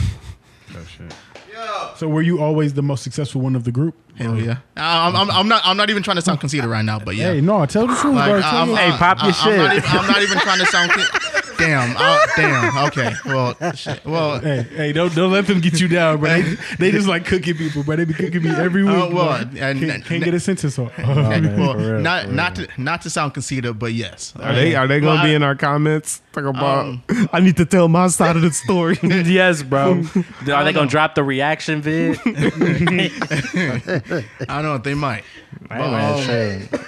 Speaker 1: So were you always the most successful one of the group?
Speaker 2: Hell yeah. I, I'm, I'm I'm not I'm not even trying to sound conceited right now, but yeah.
Speaker 1: Hey, no, tell the truth. bro.
Speaker 2: Like,
Speaker 1: Tell
Speaker 2: I'm,
Speaker 1: your-
Speaker 2: I-
Speaker 3: Hey, pop your
Speaker 2: I- I'm not,
Speaker 3: shit.
Speaker 2: even, I'm not even trying to sound. Con- damn. Oh, damn. Okay. Well. Shit. Well.
Speaker 1: Hey, hey, don't don't let them get you down, bro. They, they just like cooking people, bro. They be cooking me every week.
Speaker 2: Oh,
Speaker 1: bro.
Speaker 2: well,
Speaker 1: can't,
Speaker 2: and-
Speaker 1: can't get a sentence off.
Speaker 3: man,
Speaker 2: well,
Speaker 3: for real,
Speaker 2: not
Speaker 3: for real.
Speaker 2: not to, not to sound conceited, but yes.
Speaker 4: Are they are they gonna
Speaker 2: Well,
Speaker 4: be
Speaker 2: I-
Speaker 4: in our comments? Talk about.
Speaker 2: Um,
Speaker 4: I need to tell my side of the story.
Speaker 3: yes, bro. Are they
Speaker 2: know.
Speaker 3: gonna drop the reaction vid?
Speaker 2: I don't know. They might.
Speaker 3: I
Speaker 2: But,
Speaker 3: ain't gonna
Speaker 2: um,
Speaker 3: say it.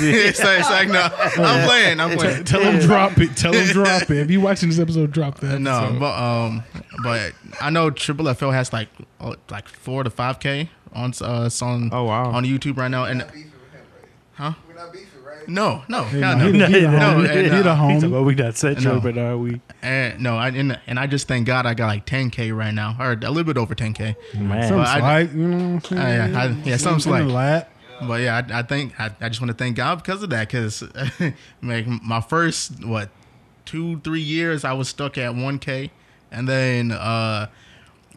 Speaker 2: it's, like, it's like no, I'm playing, I'm playing.
Speaker 1: Tell them drop it. Tell them drop it. If you watching this episode, drop that.
Speaker 2: No, but um, but I know Triple FL has like oh, like four to five k on uh it's on
Speaker 4: Oh, wow.
Speaker 2: on YouTube right now, and
Speaker 5: beefing with him, right?
Speaker 2: Huh?
Speaker 5: We're not beefing, right?
Speaker 2: no, no,
Speaker 1: Hey,
Speaker 2: God,
Speaker 1: no,
Speaker 2: no,
Speaker 1: he, he the
Speaker 2: no,
Speaker 1: homie.
Speaker 2: and,
Speaker 1: He the
Speaker 2: uh,
Speaker 1: homie.
Speaker 3: we not said
Speaker 2: No.
Speaker 3: but are we?
Speaker 2: and no, I and, and I just thank God I got like 10k right now, or a little bit over 10k.
Speaker 3: Man,
Speaker 1: Some
Speaker 2: But I-
Speaker 1: slight, you know what I'm saying?
Speaker 2: Uh, yeah, I- yeah, some
Speaker 1: In
Speaker 2: slight.
Speaker 1: the lap.
Speaker 2: But yeah, I, I think I, I just want to thank God because of that. Because like my first what two three years I was stuck at one k, and then uh,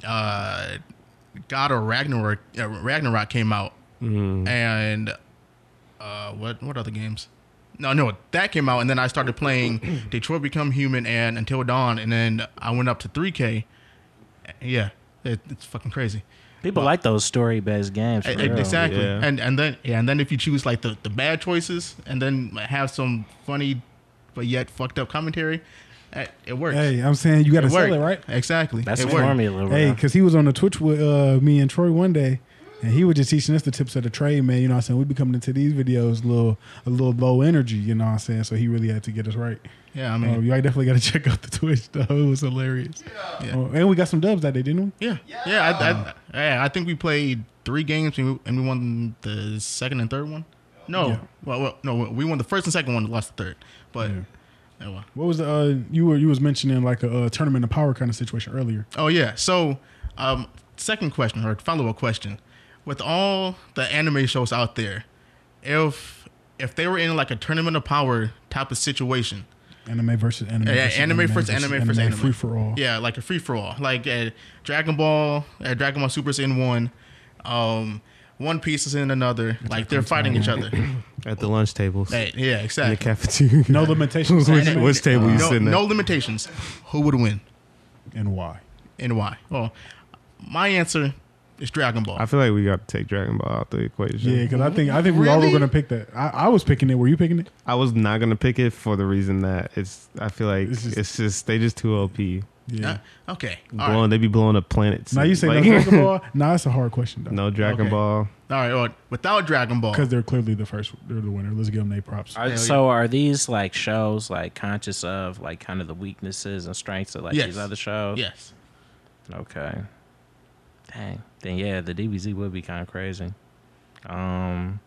Speaker 2: uh, God of Ragnarok uh, Ragnarok came out, and uh, what what other games? No, no, that came out, and then I started playing Detroit Become Human and Until Dawn, and then I went up to 3K. Yeah, it, it's fucking crazy.
Speaker 3: People like those story-based games. for
Speaker 2: E-
Speaker 3: real.
Speaker 2: exactly,
Speaker 4: Yeah.
Speaker 2: and and then yeah, and then if you choose like the, the bad choices, and then have some funny but yet fucked up commentary, eh, it works.
Speaker 1: Hey, I'm saying you got to
Speaker 2: it
Speaker 1: sell
Speaker 2: worked.
Speaker 1: it, right?
Speaker 2: Exactly.
Speaker 3: That's
Speaker 2: it
Speaker 3: the
Speaker 2: worked.
Speaker 3: formula, bro.
Speaker 1: Hey, because he was on the Twitch with uh, me and Troy one day, and he was just teaching us the tips of the trade, man. You know what I'm saying? We be coming into these videos a little, a little low energy, you know what I'm saying? So he really had to get us right.
Speaker 2: Yeah, I
Speaker 1: I
Speaker 2: mean,
Speaker 1: you definitely got to check out the Twitch, though. It was hilarious.
Speaker 2: Yeah.
Speaker 1: Oh, and we got some dubs that day, didn't we?
Speaker 2: Yeah, yeah. I,
Speaker 3: Uh-huh.
Speaker 2: I, yeah, I think we played three games and we, and we won the second and third one. No,
Speaker 1: Yeah.
Speaker 2: well, well, no, we won the first and second one, and lost the third. But oh, well.
Speaker 1: What was the uh, you were you was mentioning like a, uh tournament of power kind of situation earlier?
Speaker 2: oh yeah. So, um, second question or follow up question: With all the anime shows out there, if if they were in like a tournament of power type of situation,
Speaker 1: Anime versus anime.
Speaker 2: Yeah,
Speaker 1: versus
Speaker 2: anime versus anime versus anime.
Speaker 1: Free for all.
Speaker 2: Yeah, like a free for all. Like uh, Dragon Ball, uh, Dragon Ball Super's in one, um, One Piece is in another. Like they're fighting each other.
Speaker 4: at the lunch tables
Speaker 2: Hey, yeah,
Speaker 4: in the
Speaker 2: exactly.
Speaker 4: cafeteria.
Speaker 1: No limitations.
Speaker 4: Which-
Speaker 2: And-
Speaker 4: which table you
Speaker 2: no,
Speaker 4: sitting at?
Speaker 2: No limitations. Who would win
Speaker 1: and why?
Speaker 2: and why? Well, my answer is Dragon Ball.
Speaker 4: I feel like we got to take Dragon Ball out the equation.
Speaker 1: Yeah, because I think I think we all were
Speaker 2: Really?
Speaker 1: going to pick that. I, I was picking it. Were you picking it?
Speaker 4: I was not gonna pick it for the reason that it's. I feel like
Speaker 1: It's
Speaker 4: it's
Speaker 1: just-
Speaker 4: just, they just too op.
Speaker 1: Yeah.
Speaker 2: Uh, okay. All
Speaker 4: Blowing,
Speaker 2: right.
Speaker 4: they be blowing up planets.
Speaker 1: now you say
Speaker 4: Like,
Speaker 1: no Dragon Ball. Nah, it's a hard question though.
Speaker 4: no Dragon
Speaker 2: Okay.
Speaker 4: Ball.
Speaker 2: All right. Well, without Dragon Ball,
Speaker 1: because they're clearly the first. They're the winner. Let's give them their props.
Speaker 3: Are-
Speaker 2: yeah.
Speaker 3: so are these like shows like conscious of like kind of the weaknesses and strengths of like
Speaker 2: Yes.
Speaker 3: these other shows?
Speaker 2: yes.
Speaker 3: Okay. Dang. Then yeah, the DBZ would be kind of crazy. Um.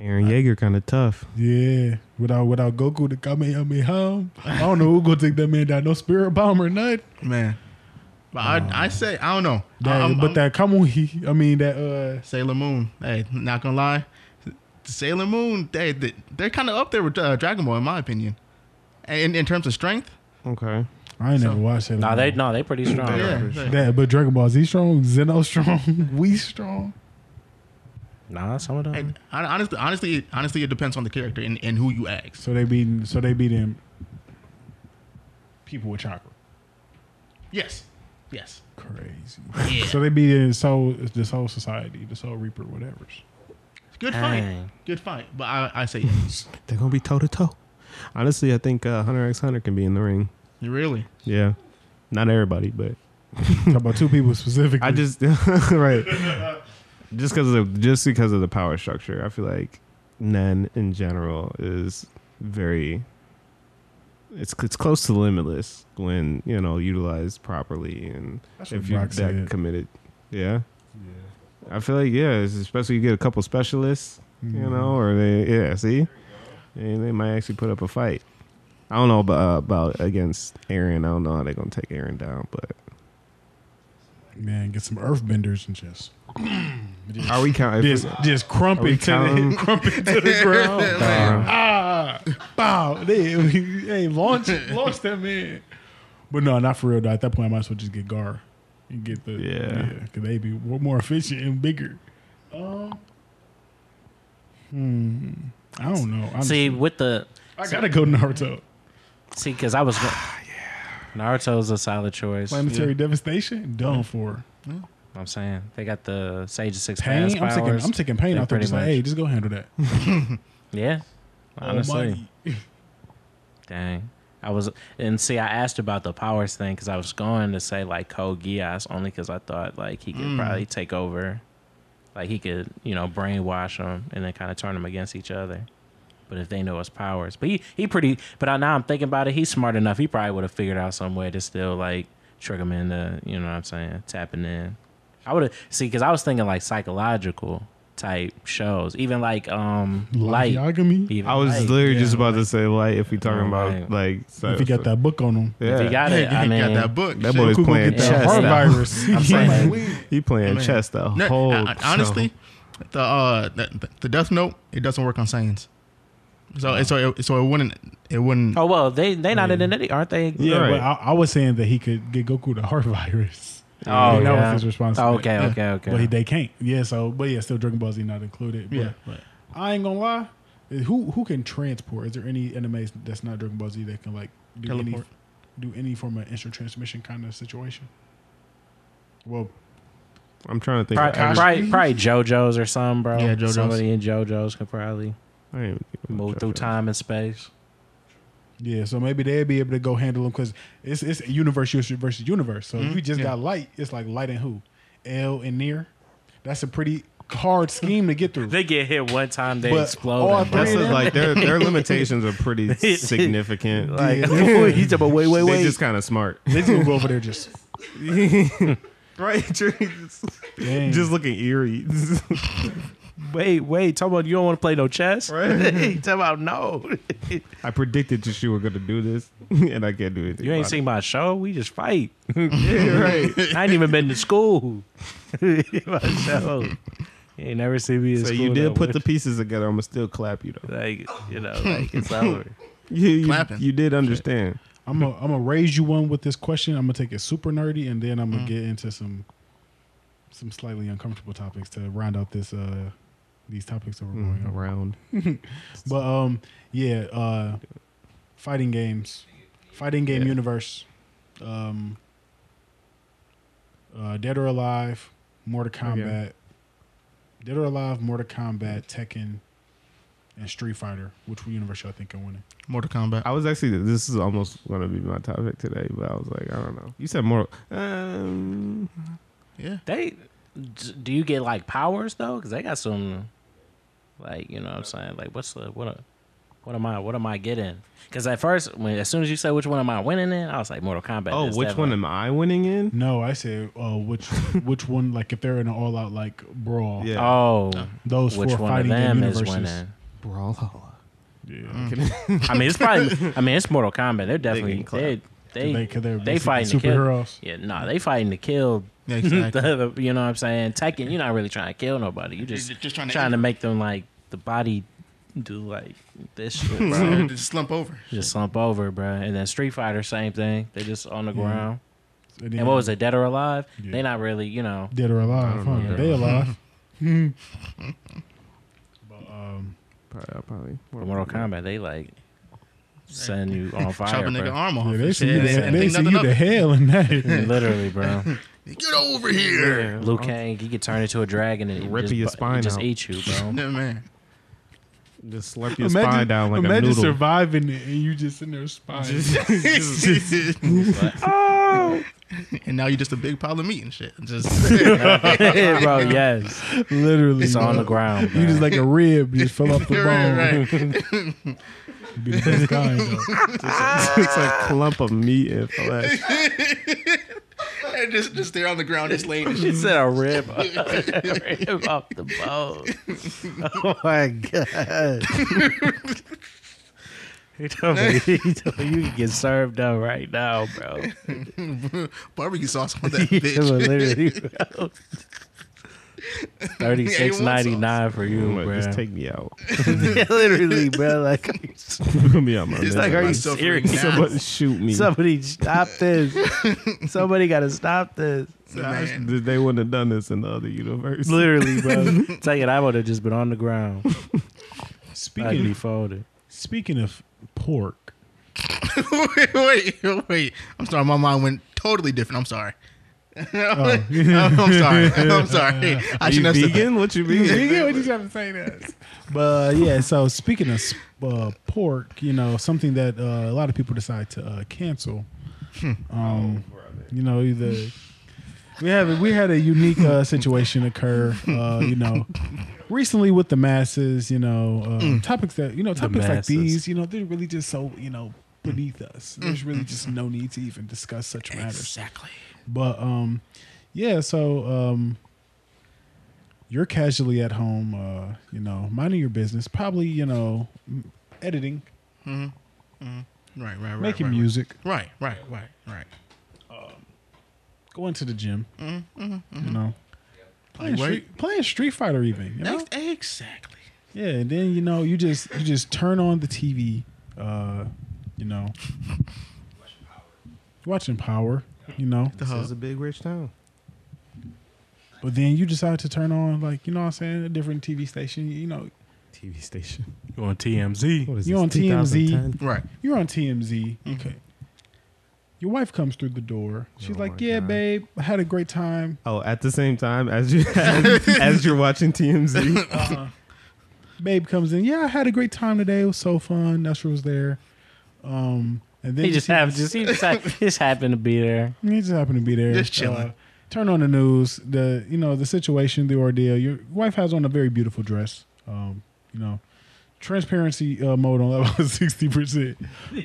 Speaker 4: Aaron Yeager kind of tough.
Speaker 1: Yeah, without without Goku to come and help me home, I don't know who gonna take that man down. No spirit bomb or nothing.
Speaker 2: Man. But I, I say I don't know.
Speaker 1: That-
Speaker 2: I'm-
Speaker 1: but
Speaker 2: I'm-
Speaker 1: that Kamui, I mean that uh,
Speaker 2: Sailor Moon. Hey, not gonna lie, Sailor Moon. They they- they're kind of up there with uh, Dragon Ball in my opinion, in in terms of strength.
Speaker 4: Okay.
Speaker 1: I ain't
Speaker 2: So-
Speaker 1: never watched that.
Speaker 3: No, they no, they pretty strong.
Speaker 2: Yeah,
Speaker 1: That, but Dragon Ball Z strong, Zeno strong, we strong.
Speaker 3: Nah, some of them.
Speaker 2: And hon- honestly, honestly, honestly, it depends on the character and, and who you ask.
Speaker 1: So they beating, so they beating people with chakra.
Speaker 2: Yes, yes,
Speaker 1: Crazy.
Speaker 2: yeah.
Speaker 1: So they beating soul, this whole society, this whole Reaper, whatever's.
Speaker 2: good fight,
Speaker 3: Dang.
Speaker 2: good fight. But I, I say yes.
Speaker 4: They're gonna be toe to toe. Honestly, I think uh, Hunter X Hunter can be in the ring.
Speaker 2: really.
Speaker 4: Yeah. Not everybody, but
Speaker 1: Talk about two people specifically.
Speaker 4: I just right. Just because of just because of the power structure, I feel like Nen in general is very. It's it's close to limitless when you know utilized properly and
Speaker 1: That's what
Speaker 4: if you're
Speaker 1: Brock
Speaker 4: that
Speaker 1: said.
Speaker 4: committed, yeah. I feel like yeah, it's especially you get a couple specialists, you
Speaker 1: Mm-hmm.
Speaker 4: know, or they yeah, see, and they might actually put up a fight. I don't know about, about against Aaron. I don't know how they're gonna take Aaron down, but
Speaker 1: man, get some earthbenders and just
Speaker 4: are we counting?
Speaker 1: just just crump
Speaker 4: Are we
Speaker 1: it to the,
Speaker 4: counting?
Speaker 1: crump it to the ground.
Speaker 4: Uh,
Speaker 1: ah, bow. They, hey, launch, launch that man. But no, not for real. Though. At that point, I might as well just get Gar and get the
Speaker 4: Yeah.
Speaker 1: because they be w- more efficient and bigger. Um, hmm, I don't know. I'm,
Speaker 3: See with the
Speaker 1: I gotta go Naruto.
Speaker 3: see because I was. go- Naruto's a solid choice.
Speaker 1: Planetary devastation done for.
Speaker 3: I'm saying they got the Sage of Six
Speaker 1: Pain.
Speaker 3: Pass
Speaker 1: I'm taking.
Speaker 3: powers.
Speaker 1: I'm taking pain
Speaker 3: They
Speaker 1: out there.
Speaker 3: pretty
Speaker 1: Just like,
Speaker 3: much-
Speaker 1: hey, just go handle that.
Speaker 3: Yeah,
Speaker 1: Oh
Speaker 3: honestly.
Speaker 1: Almighty.
Speaker 3: Dang. I was and see I asked about the powers thing because I was going to say like Code Geass only because I thought like he could probably take over, like he could you know brainwash them and then kind of turn them against each other. But if they know his powers, but he he pretty. But I, now I'm thinking about it, he's smart enough. He probably would have figured out some way to still like trick him into you know what I'm saying tapping in. I would have see because I was thinking like psychological type shows, even like um light.
Speaker 1: Yagami.
Speaker 3: Even
Speaker 4: I was
Speaker 3: Light.
Speaker 4: literally just about to say like if we talking
Speaker 3: Oh,
Speaker 4: about
Speaker 3: right.
Speaker 4: like
Speaker 1: If he got that book on him,
Speaker 4: yeah,
Speaker 3: If you got it, I
Speaker 2: Hey,
Speaker 3: mean,
Speaker 2: got that book.
Speaker 4: that
Speaker 2: shit.
Speaker 4: boy is
Speaker 1: Cuckoo
Speaker 4: playing
Speaker 1: get that
Speaker 4: chess.
Speaker 1: heart
Speaker 4: now.
Speaker 1: virus.
Speaker 3: I'm saying
Speaker 4: He playing
Speaker 2: Man.
Speaker 4: chess the
Speaker 2: No,
Speaker 4: whole.
Speaker 3: uh,
Speaker 2: I- I- honestly, the, uh, the the Death Note it doesn't work on Saiyans. So so it, so it wouldn't it wouldn't.
Speaker 3: Oh well, they they not in the nitty, aren't they?
Speaker 1: Yeah,
Speaker 4: Right.
Speaker 1: but I, I was saying that he could get Goku the heart virus.
Speaker 3: Oh,
Speaker 1: They know
Speaker 3: yeah.
Speaker 1: it's his responsibility.
Speaker 3: Okay, okay, okay.
Speaker 1: But he, they can't. Yeah, so but yeah, still Dragon Ball Z not included. But
Speaker 2: Yeah, but-
Speaker 1: I ain't gonna lie. Who who can transport? Is there any anime that's not Dragon Ball Z that can like do any
Speaker 2: Teleport.
Speaker 1: do any form of instant transmission kind of situation? Well,
Speaker 4: I'm trying to think.
Speaker 3: Probably,
Speaker 4: of every-
Speaker 3: probably, probably JoJo's or something, bro.
Speaker 2: Yeah, JoJo's.
Speaker 3: Somebody in JoJo's could probably
Speaker 4: I didn't even think about
Speaker 3: move through
Speaker 4: JoJo's.
Speaker 3: time and space.
Speaker 1: yeah. So maybe they'd be able to go handle them because it's it's universe versus- versus universe. So if
Speaker 2: Mhm,
Speaker 1: we just
Speaker 2: yeah.
Speaker 1: got light, it's like light and who, L and near. That's a pretty hard scheme to get through.
Speaker 3: They get hit one time, they
Speaker 1: But
Speaker 3: explode.
Speaker 1: all
Speaker 3: and-
Speaker 1: three-
Speaker 4: That's just, like their their limitations are pretty significant.
Speaker 3: like,
Speaker 1: Yeah.
Speaker 3: he's talking about, wait, wait,
Speaker 4: They
Speaker 3: wait.
Speaker 4: just kind of smart,
Speaker 1: They just gonna go over there just
Speaker 4: right? just,
Speaker 1: Dang.
Speaker 4: just looking eerie.
Speaker 3: wait, wait. Talk about you don't want to play no chess. Right? Talk about no.
Speaker 4: I predicted that you were going to do this, and I can't do anything.
Speaker 3: You ain't
Speaker 4: about
Speaker 3: seen my show. We just fight.
Speaker 4: it. right.
Speaker 3: I ain't even been to school. my show. You ain't never seen me in
Speaker 4: So
Speaker 3: school.
Speaker 4: you
Speaker 3: though.
Speaker 4: did put the pieces together. I'm gonna still clap you though.
Speaker 3: like you know like it's over.
Speaker 4: You, you,
Speaker 2: Clapping.
Speaker 4: you did understand.
Speaker 1: I'm gonna I'm gonna raise you one with this question. I'm gonna take it super nerdy, and then I'm gonna get into some some slightly uncomfortable topics to round out this uh these topics that we're going over.
Speaker 4: Around.
Speaker 1: But um, yeah, uh, fighting games, fighting game
Speaker 4: Yeah.
Speaker 1: universe, um, uh, Dead or Alive, Mortal Kombat, Dead or Alive, Mortal Kombat, Tekken, and Street Fighter. Which universe y'all think I'm winning?
Speaker 2: Mortal Kombat.
Speaker 4: I was actually. This is almost gonna be my topic today, but I was like, I don't know. You said more. Um,
Speaker 2: yeah.
Speaker 3: They do you get like powers though? Because they got some like you know what I'm saying like what's the what a, what am I what am I getting? Because at first when as soon as you said which one am I winning in, I was like Mortal Kombat.
Speaker 4: oh,
Speaker 3: is
Speaker 4: which one
Speaker 3: definitely-
Speaker 4: am I winning in?
Speaker 1: No, I said uh, which which one? Like if they're in an all out like brawl,
Speaker 4: Yeah.
Speaker 3: Oh,
Speaker 1: those
Speaker 3: which
Speaker 1: four
Speaker 3: one of
Speaker 1: fighting game
Speaker 3: them is
Speaker 1: universes.
Speaker 3: winning?
Speaker 4: Brawlhalla. Mm.
Speaker 3: I mean, it's probably. I mean, it's Mortal Kombat. They're definitely
Speaker 4: can clap.
Speaker 3: they they
Speaker 1: They,
Speaker 3: they,
Speaker 1: 'cause they're
Speaker 3: fighting
Speaker 1: basically
Speaker 3: to kill.
Speaker 1: superheroes.
Speaker 3: Yeah, no, nah, they fighting to kill.
Speaker 2: Yeah, exactly.
Speaker 3: the, the- you know what I'm saying? Tekken, you're not really trying to kill nobody. You just
Speaker 2: You're just trying to-
Speaker 3: trying to make them like the body do like this shit, bro.
Speaker 2: Bro, just slump over.
Speaker 3: just slump over, bro. And then Street Fighter, same thing. They just on the
Speaker 1: Yeah.
Speaker 3: ground.
Speaker 1: And, then
Speaker 3: And what was it, Dead or Alive?
Speaker 1: Yeah.
Speaker 3: They not really, you know.
Speaker 1: Dead or alive?
Speaker 4: I
Speaker 1: Huh?
Speaker 4: don't know.
Speaker 1: They alive. but, um,
Speaker 4: Probably. probably
Speaker 3: For Mortal Kombat, they like send you on
Speaker 2: Chop a
Speaker 3: fire,
Speaker 2: nigga
Speaker 3: bro.
Speaker 2: arm off.
Speaker 1: yeah,
Speaker 2: and
Speaker 1: they
Speaker 2: shit,
Speaker 1: see you.
Speaker 2: Oh, and
Speaker 1: To,
Speaker 2: then
Speaker 1: they
Speaker 2: think
Speaker 1: see
Speaker 2: nothing
Speaker 1: you
Speaker 2: of
Speaker 1: to
Speaker 2: it.
Speaker 1: hell in that.
Speaker 3: Literally, bro.
Speaker 2: Get over here.
Speaker 4: Yeah,
Speaker 3: Liu Kang, he could turn into a dragon and it
Speaker 4: Rip
Speaker 3: just,
Speaker 4: your
Speaker 3: bu- it
Speaker 4: spine
Speaker 3: just
Speaker 4: out.
Speaker 3: eat you, bro.
Speaker 2: Yeah, man.
Speaker 4: Just slurp your spine down like a
Speaker 1: imagine
Speaker 4: noodle.
Speaker 1: surviving it and you just in there spine.
Speaker 2: and now you're just a big pile of meat and shit. Just
Speaker 3: bro, yes.
Speaker 1: Literally,
Speaker 3: It's on the ground.
Speaker 1: You
Speaker 3: bro.
Speaker 1: just like a rib, just fell off the bone.
Speaker 2: Right,
Speaker 1: Be the best kind. though.
Speaker 4: it's a clump of meat and flesh.
Speaker 2: and just just there on the ground, just laying. and shit.
Speaker 3: She said a rib, a Mm-hmm. rib off the bone. Oh my god! he told me, he told me you can get served up right now, bro.
Speaker 2: Barbecue sauce on that
Speaker 3: It was
Speaker 2: bitch.
Speaker 3: literally thirty six ninety nine for you,
Speaker 4: Like,
Speaker 3: bro.
Speaker 4: Just take me out.
Speaker 3: literally, bro. Like
Speaker 4: Put me out my
Speaker 2: It's
Speaker 4: misery.
Speaker 2: like, are you
Speaker 3: Myself
Speaker 2: serious? Nah.
Speaker 3: right
Speaker 4: Somebody shoot me.
Speaker 3: somebody stop this. Somebody got to stop this.
Speaker 4: Nah,
Speaker 2: Man.
Speaker 4: They wouldn't have done this in the other universe.
Speaker 3: Literally, bro. Tell you, I would have just been on the ground. I'd be
Speaker 1: Speaking
Speaker 3: folded.
Speaker 1: speaking of pork,
Speaker 2: wait, wait, wait. I'm sorry. My mind went totally different. I'm sorry. I'm, sorry. I'm sorry. I
Speaker 4: Are you
Speaker 2: shouldn't have said that.
Speaker 4: vegan? What you vegan?
Speaker 1: what you trying to say this? But uh, yeah, so speaking of s- uh, pork, you know something that uh, a lot of people decide to uh, cancel. Um, you know either we have we had a unique uh, situation occur. Uh, you know. Recently, with the masses, you know, uh, topics that you know, topics like
Speaker 3: masses.
Speaker 1: these, you know, they're really just so you know beneath us. There's really just no need to even discuss such matters.
Speaker 2: Exactly.
Speaker 1: But um, yeah. So um, you're casually at home, uh, you know, minding your business, probably you know, m- editing,
Speaker 2: Right, right, right.
Speaker 1: making
Speaker 2: right,
Speaker 1: music,
Speaker 2: Right, right, right, right.
Speaker 1: going to the gym, you know, playing,
Speaker 2: Like,
Speaker 1: street, playing Street Fighter, even. You know?
Speaker 2: Ex- Exactly.
Speaker 1: Yeah, and then you know, you just you just turn on the TV, uh, you know, watching Power, you know.
Speaker 4: This is a big rich town.
Speaker 1: But then you decide to turn on, like, you know what I'm saying, a different TV station. You know,
Speaker 6: TV station.
Speaker 3: You on TMZ?
Speaker 6: What is
Speaker 1: You
Speaker 6: this,
Speaker 1: on TMZ?
Speaker 6: 2010?
Speaker 2: Right.
Speaker 1: you're on TMZ. Okay. Your wife comes through the door. She's
Speaker 4: Oh my
Speaker 1: like, yeah,
Speaker 4: God.
Speaker 1: babe, I had a great time.
Speaker 4: Oh, at the same time as you as, as you're watching TMZ.
Speaker 1: Babe comes in. Yeah, I had a great time today. It was so fun. Nestor was there. Um, and then
Speaker 3: He
Speaker 1: you
Speaker 3: just
Speaker 1: see-
Speaker 3: happened, just he just, hap- he just happened to be there.
Speaker 1: He just happened to be there.
Speaker 2: Just chilling.
Speaker 1: Uh, turn on the news. The you know the situation, the ordeal. Your wife has on a very beautiful dress. Um, you know, transparency uh, mode on level sixty percent.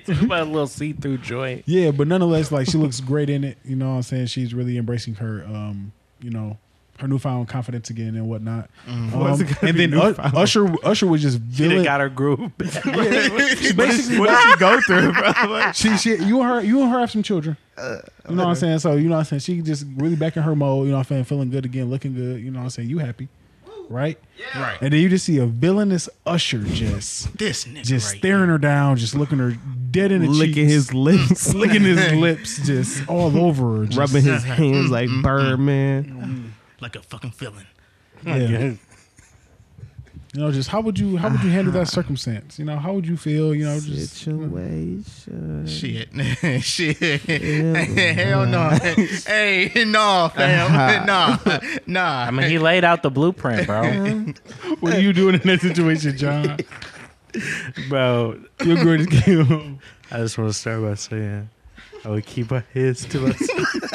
Speaker 3: Talk about a little see-through joint.
Speaker 1: Yeah, but nonetheless, like she looks great in it. You know what I'm saying? She's really embracing her, um, you know, her newfound confidence again and whatnot.
Speaker 4: Mm-hmm. What's
Speaker 1: Um,
Speaker 4: it gonna
Speaker 1: and
Speaker 4: be
Speaker 1: then U-
Speaker 4: newfound?
Speaker 1: Usher, Usher was just
Speaker 3: He done
Speaker 1: villain.
Speaker 3: got her groove. back.
Speaker 1: she basically
Speaker 4: what did she go through, bro? Like,
Speaker 1: she, she, you and her, you and her have some children.
Speaker 4: Uh,
Speaker 1: you know what I'm saying? So you know what I'm saying? She just really back in her mode. You know what I'm saying? Feeling good again, looking good. You know what I'm saying? You happy, right?
Speaker 2: Right.
Speaker 1: And then you just see a villainous Usher just,
Speaker 2: This nigga
Speaker 1: just
Speaker 2: right
Speaker 1: staring her down, just looking her dead in the
Speaker 4: licking
Speaker 1: cheeks,
Speaker 4: his lips,
Speaker 1: licking his lips, just all over her, just,
Speaker 4: rubbing his hands like Birdman.
Speaker 2: here, like a fucking villain.
Speaker 1: yeah. You know, just how would you how would you handle that circumstance? You know, how would you feel? You know, just
Speaker 4: Situation.
Speaker 2: Shit, shit, hell no, hey, no, fam, nah, nah.
Speaker 3: I mean, he laid out the blueprint, bro.
Speaker 1: what are you doing in that situation, John?
Speaker 3: bro,
Speaker 1: Your greatest kill.
Speaker 3: I just want to start by saying I would keep a his to myself.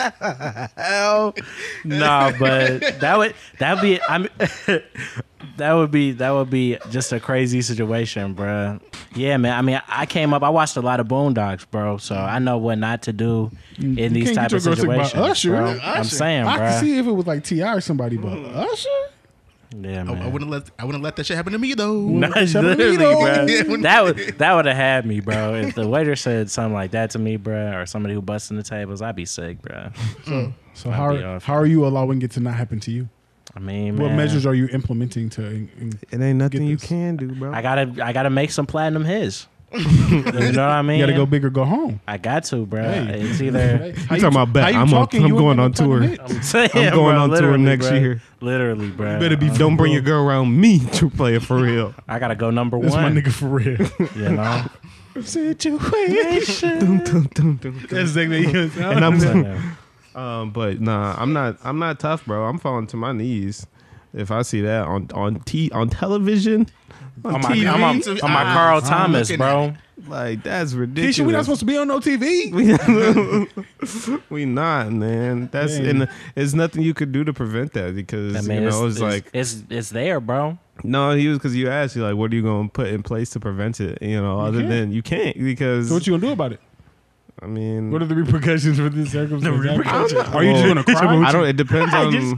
Speaker 3: nah, but that would that be I mean, that would be that would be just a crazy situation, bruh. Yeah, man. I mean, I came up. I watched a lot of Boondocks, bro. So I know what not to do in these
Speaker 1: can't
Speaker 3: type
Speaker 1: get
Speaker 3: of
Speaker 1: your girl sick by
Speaker 3: situations.
Speaker 1: Usher.
Speaker 3: bro.
Speaker 1: Usher.
Speaker 3: I'm saying,
Speaker 1: I can
Speaker 3: bro.
Speaker 1: see if it was like Ti or somebody, but Usher.
Speaker 3: Yeah,
Speaker 2: I, I
Speaker 3: man.
Speaker 2: wouldn't let I wouldn't let that shit happen to me though.
Speaker 3: Nah,
Speaker 1: Shut up,
Speaker 3: literally,
Speaker 1: Nino.
Speaker 2: Yeah,
Speaker 3: bruh.
Speaker 2: when-
Speaker 3: That would that would have had me, bro. If the waiter said something like that to me, bruh, or somebody who busts in the tables, I'd be sick, bruh.
Speaker 1: So
Speaker 3: Might
Speaker 1: how
Speaker 3: be
Speaker 1: are,
Speaker 3: off.
Speaker 1: how are you allowing it to not happen to you?
Speaker 3: I mean,
Speaker 1: What
Speaker 3: man,
Speaker 1: measures are you implementing to? in- in-
Speaker 4: It ain't nothing you
Speaker 1: this.
Speaker 4: can do, bro.
Speaker 3: I gotta I gotta make some platinum his. you know what I mean?
Speaker 1: you gotta go big or go home.
Speaker 3: I got to, bro.
Speaker 1: Hey.
Speaker 3: It's either
Speaker 1: How
Speaker 4: You talking about back.
Speaker 1: how you
Speaker 4: I'm on-
Speaker 1: talking?
Speaker 4: I'm
Speaker 1: You ain't
Speaker 4: going on
Speaker 1: got no
Speaker 4: tour.
Speaker 1: platinum hits.
Speaker 3: I'm saying,
Speaker 4: I'm going
Speaker 3: bro,
Speaker 4: on tour
Speaker 3: literally,
Speaker 4: next
Speaker 3: bro.
Speaker 4: year.
Speaker 3: Literally, bro.
Speaker 1: better be
Speaker 3: Um,
Speaker 4: Don't bring your girl around me to play it for real.
Speaker 3: I gotta go number
Speaker 1: That's my
Speaker 3: one.
Speaker 1: nigga for real.
Speaker 3: You know,
Speaker 1: Situation. That's exactly what he
Speaker 4: And I'm
Speaker 3: So, yeah.
Speaker 4: Um, but nah, I'm not. I'm not tough, bro. I'm falling to my knees if I see that on on t on television. On
Speaker 3: I'm,
Speaker 4: TV,
Speaker 3: my, I'm, on-
Speaker 2: TV.
Speaker 3: I'm my
Speaker 2: Ah,
Speaker 3: Carl
Speaker 2: I'm
Speaker 3: Thomas,
Speaker 2: looking
Speaker 3: bro.
Speaker 4: like that's
Speaker 1: Keisha, we not
Speaker 4: ridiculous.
Speaker 1: supposed to be on no TV.
Speaker 4: we not, man. That's
Speaker 1: Dang.
Speaker 4: and there's nothing you could do to prevent that because
Speaker 3: I
Speaker 4: you
Speaker 3: mean,
Speaker 4: know
Speaker 3: it's,
Speaker 4: it's,
Speaker 3: it's-
Speaker 4: like
Speaker 3: it's it's there, bro.
Speaker 4: no, he was because you asked you like what are you going to put in place to prevent it? You know, other
Speaker 1: can't.
Speaker 4: than you can't because
Speaker 1: So what you gonna do about it?
Speaker 4: I mean.
Speaker 1: What are the repercussions for this circumstance? Are
Speaker 4: Well,
Speaker 1: you just gonna cry?
Speaker 4: I don't. It depends on.
Speaker 1: You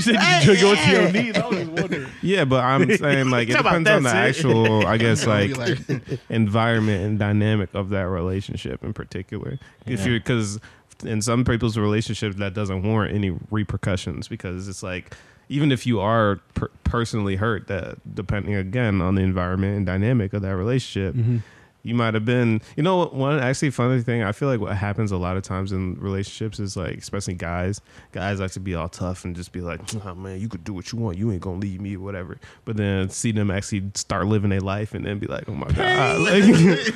Speaker 1: said you go to your knees. I was wondering.
Speaker 4: Yeah, but I'm saying like it
Speaker 3: Talk about
Speaker 4: depends on the
Speaker 3: that's it.
Speaker 4: actual, I guess,
Speaker 2: I'll
Speaker 4: like
Speaker 2: be like,
Speaker 4: environment and dynamic of that relationship in particular. If
Speaker 3: Yeah.
Speaker 4: you're because in some people's relationships that doesn't warrant any repercussions because it's like even if you are per- personally hurt, that depending again on the environment and dynamic of that relationship.
Speaker 3: Mm-hmm.
Speaker 4: You might have been, you know, what- one actually funny thing. I feel like what happens a lot of times in relationships is like, especially guys, guys like to be all tough and just be like, oh man, you could do what you want. You ain't going to leave me or whatever. But then see them actually start living their life and then be like, oh my God.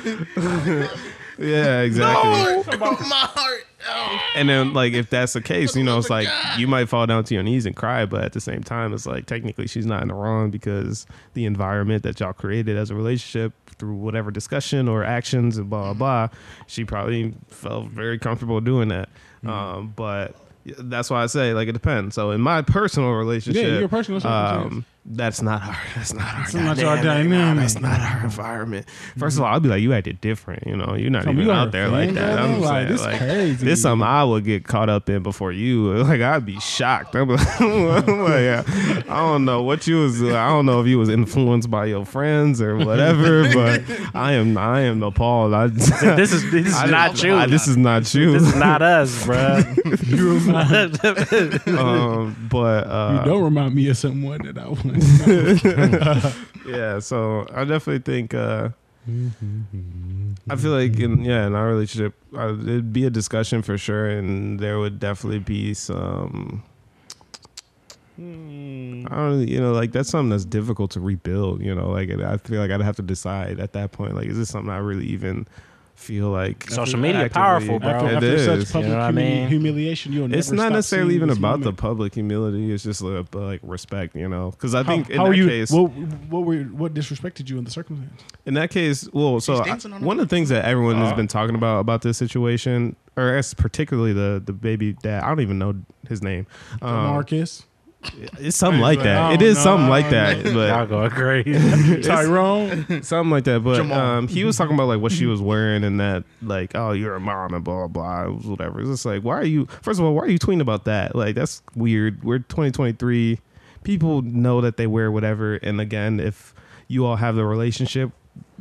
Speaker 4: Like- yeah, exactly.
Speaker 2: my heart. Oh.
Speaker 4: And then, like, if that's the case, you know, it's
Speaker 1: Oh
Speaker 4: like you might fall down to your knees and cry, but at the same time, it's like technically she's not in the wrong because the environment that y'all created as a relationship through whatever discussion or actions and blah blah, blah she probably felt very comfortable doing that.
Speaker 1: Mm-hmm.
Speaker 4: Um, but that's why I say like it depends. So in my personal relationship,
Speaker 1: your personal circumstance.
Speaker 4: um, that's not our that's not our
Speaker 1: not
Speaker 4: goddamn-
Speaker 1: our dynamic.
Speaker 4: That's not our environment. First of all, I'd be like, you acted different. You know, you're not
Speaker 1: Come,
Speaker 4: even
Speaker 1: you are
Speaker 4: out there like
Speaker 1: fans,
Speaker 4: that.
Speaker 1: brother.
Speaker 4: I'm
Speaker 1: Like,
Speaker 4: saying,
Speaker 1: this
Speaker 4: like,
Speaker 1: crazy.
Speaker 4: this something I would get caught up in before you. Like I'd be shocked. I'm like, I'm like, yeah, I don't know what you was. I don't know if you was influenced by your friends or whatever. But I am. I am appalled. I,
Speaker 3: This is this is
Speaker 4: I-
Speaker 3: not you.
Speaker 4: I- this is not you.
Speaker 3: This is not us, bro.
Speaker 4: um, but uh,
Speaker 1: You don't remind me of someone that I want.
Speaker 4: yeah so i definitely think uh i feel like in yeah in our relationship uh, it'd be a discussion for sure and there would definitely be some I don't, you know, like that's something that's difficult to rebuild. You know, like I feel like I'd have to decide at that point. Like, is this something I really even feel like?
Speaker 3: Social media powerful, bro.
Speaker 1: After,
Speaker 4: It
Speaker 1: after
Speaker 4: is.
Speaker 1: such public
Speaker 3: know what I
Speaker 1: humi-
Speaker 3: mean?
Speaker 1: humiliation, you'll never
Speaker 4: it's not
Speaker 1: stop
Speaker 4: necessarily
Speaker 1: seeing
Speaker 4: even
Speaker 1: these
Speaker 4: about
Speaker 1: women.
Speaker 4: the public humility. It's just like, but, like respect, you know. Because I think in
Speaker 1: are
Speaker 4: that
Speaker 1: you,
Speaker 4: case,
Speaker 1: What, what were what disrespected you in the circumstance?
Speaker 4: in that case, well, so I-
Speaker 2: dancing on the
Speaker 4: one of the things that everyone
Speaker 1: Uh.
Speaker 4: has been talking about about this situation, or as particularly the the baby dad, I don't even know his name. Um,
Speaker 1: Marcus,
Speaker 4: it's something like that.
Speaker 1: I
Speaker 4: It
Speaker 1: don't
Speaker 4: is
Speaker 1: know.
Speaker 4: something
Speaker 1: I
Speaker 4: like
Speaker 1: don't
Speaker 4: that, but
Speaker 3: Y'all going crazy.
Speaker 1: Tyrone.
Speaker 4: something like that. But
Speaker 2: Jamal.
Speaker 4: um, he was talking about like what she was wearing and that like, oh, you're a mom and blah blah blah, whatever. It's just like, why are you? First of all, why are you tweeting about that? Like, that's weird. We're 2023. People know that they wear whatever. And again, if you all have the relationship,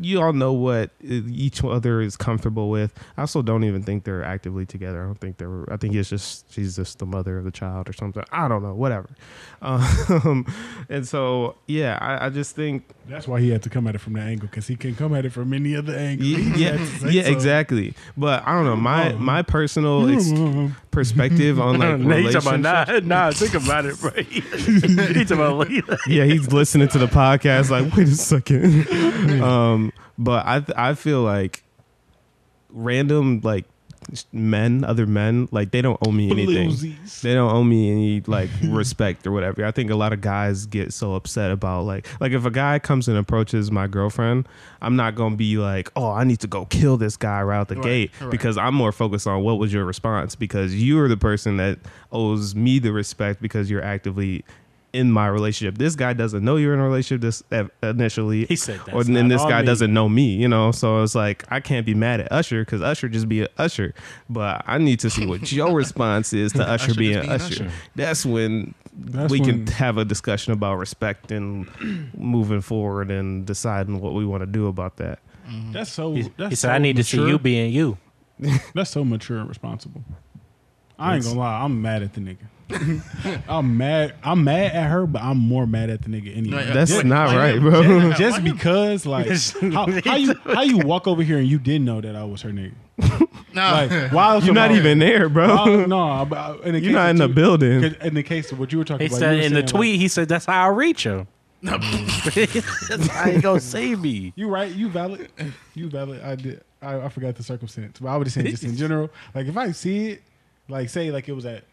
Speaker 4: you all know what uh, each other is comfortable with. I also don't even think they're actively together. I don't think they're. I think it's just she's just the mother of the child or something. I don't know. Whatever. Um, and so yeah, I, I just think
Speaker 1: That's why he had to come at it from that angle because he can come at it from any other angle.
Speaker 4: Y-
Speaker 1: He
Speaker 4: yeah,
Speaker 1: had to say
Speaker 4: yeah,
Speaker 1: so.
Speaker 4: exactly. But I don't know my
Speaker 1: Oh.
Speaker 4: my personal ex- perspective on like
Speaker 3: Nah, he talking
Speaker 4: relationships.
Speaker 3: about, nah, nah, think about it, bro. He talking about
Speaker 4: Yeah, he's listening to the podcast. Like, wait a second. um, but I th- I feel like random like men, other men, like they don't owe me anything.
Speaker 1: Bluesies.
Speaker 4: They don't owe me any like respect or whatever. I think a lot of guys get so upset about like like if a guy comes and approaches my girlfriend, I'm not gonna be like, oh, I need to go kill this guy right out the
Speaker 2: Right,
Speaker 4: gate
Speaker 2: right.
Speaker 4: because I'm more focused on what was your response because you're the person that owes me the respect because you're actively in my relationship. This guy doesn't know you're in a relationship this eh, initially.
Speaker 3: He said that's
Speaker 4: or, and
Speaker 3: not
Speaker 4: this
Speaker 3: on
Speaker 4: guy
Speaker 3: me.
Speaker 4: doesn't know me, you know. So it's like I can't be mad at Usher because Usher just be a Usher, but I need to see what your response is to Usher,
Speaker 2: just
Speaker 4: being
Speaker 2: being
Speaker 4: Usher.
Speaker 2: Usher.
Speaker 4: That's when
Speaker 1: That's
Speaker 4: we
Speaker 1: when-
Speaker 4: can have a discussion about respect and moving forward and deciding what we want to do about that.
Speaker 1: That's so.
Speaker 3: He,
Speaker 1: that's
Speaker 3: he
Speaker 1: so
Speaker 3: said, "I need to see
Speaker 1: mature.
Speaker 3: you being you."
Speaker 1: That's so mature and responsible. I ain't gonna lie, I'm mad at the nigga. I'm mad. I'm mad at her, but I'm more mad at the nigga anyway.
Speaker 4: That's
Speaker 2: uh, Yeah,
Speaker 4: not
Speaker 2: why
Speaker 4: right,
Speaker 2: you-
Speaker 4: bro.
Speaker 2: yeah, why
Speaker 1: Just
Speaker 2: you-
Speaker 1: because, like, how, how you how you walk over here and you didn't know that I was her nigga?
Speaker 2: no.
Speaker 1: Like, why?
Speaker 4: You're not even there, bro.
Speaker 1: Why, Oh, no, but in the
Speaker 4: You're
Speaker 1: case
Speaker 4: not
Speaker 1: of
Speaker 4: in the
Speaker 1: you-
Speaker 4: building.
Speaker 1: 'cause In the case of what you were talking
Speaker 3: He
Speaker 1: about,
Speaker 3: said
Speaker 1: you were
Speaker 3: in the
Speaker 1: saying, like,
Speaker 3: tweet, he said, "That's how I reach him." I ain't gonna see me.
Speaker 1: You right. You valid. You valid. I did. I, I forgot the circumstance, but I would just saying just in general. Like if I see it, like say like it was at,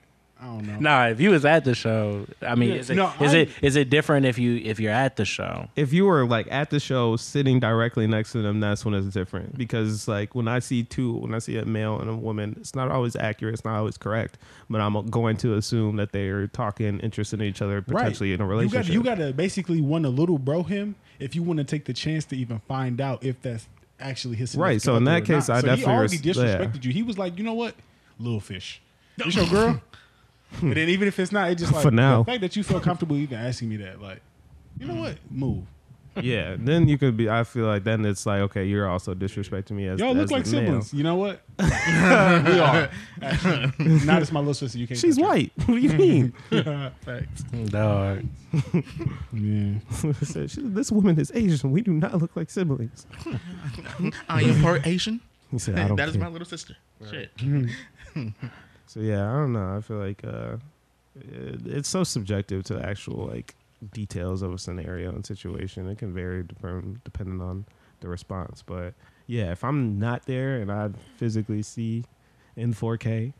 Speaker 1: I don't know.
Speaker 3: Nah, if you was at the show, I mean,
Speaker 1: Yeah,
Speaker 3: is it is
Speaker 1: no, I-
Speaker 3: it is it different if you if you're at the show?
Speaker 4: If you were like at the show sitting directly next to them, that's when it's different. Because like when I see two, when I see a male and a woman, it's not always accurate, it's not always correct. But I'm going to assume that they are talking, interested in each other, potentially in a relationship.
Speaker 1: You got you got to basically want to little bro him if you want to take the chance to even find out if that's actually his.
Speaker 4: Right, so
Speaker 1: significant
Speaker 4: in that
Speaker 1: other or
Speaker 4: case,
Speaker 1: not.
Speaker 4: I
Speaker 1: so
Speaker 4: definitely
Speaker 1: he already
Speaker 4: res- yeah.
Speaker 1: disrespected you. He was like, you know what, little fish, it's your girl. and then even if it's not, it just like
Speaker 4: For now.
Speaker 1: the fact that you feel comfortable even asking me that, like, you know what, move.
Speaker 4: yeah, then you could be. I feel like then it's like okay, you're also disrespecting me as
Speaker 1: Y'all look
Speaker 4: as
Speaker 1: like
Speaker 4: a male.
Speaker 1: siblings. You know what? we are. Actually. Not as my little sister. You can't.
Speaker 4: She's
Speaker 1: touch her.
Speaker 4: white. What do you mean?
Speaker 2: Facts.
Speaker 3: Dog.
Speaker 1: Yeah.
Speaker 4: Said, "She- this woman is Asian. We do not look like siblings.
Speaker 2: I am part Asian.
Speaker 4: He said, I
Speaker 2: That
Speaker 4: don't
Speaker 2: is
Speaker 4: care.
Speaker 2: my little sister. Shit.
Speaker 4: So yeah, I don't know. I feel like uh, it, it's so subjective to the actual like details of a scenario and situation. It can vary depend, depending on the response. But yeah, if I'm not there and I physically see in 4K,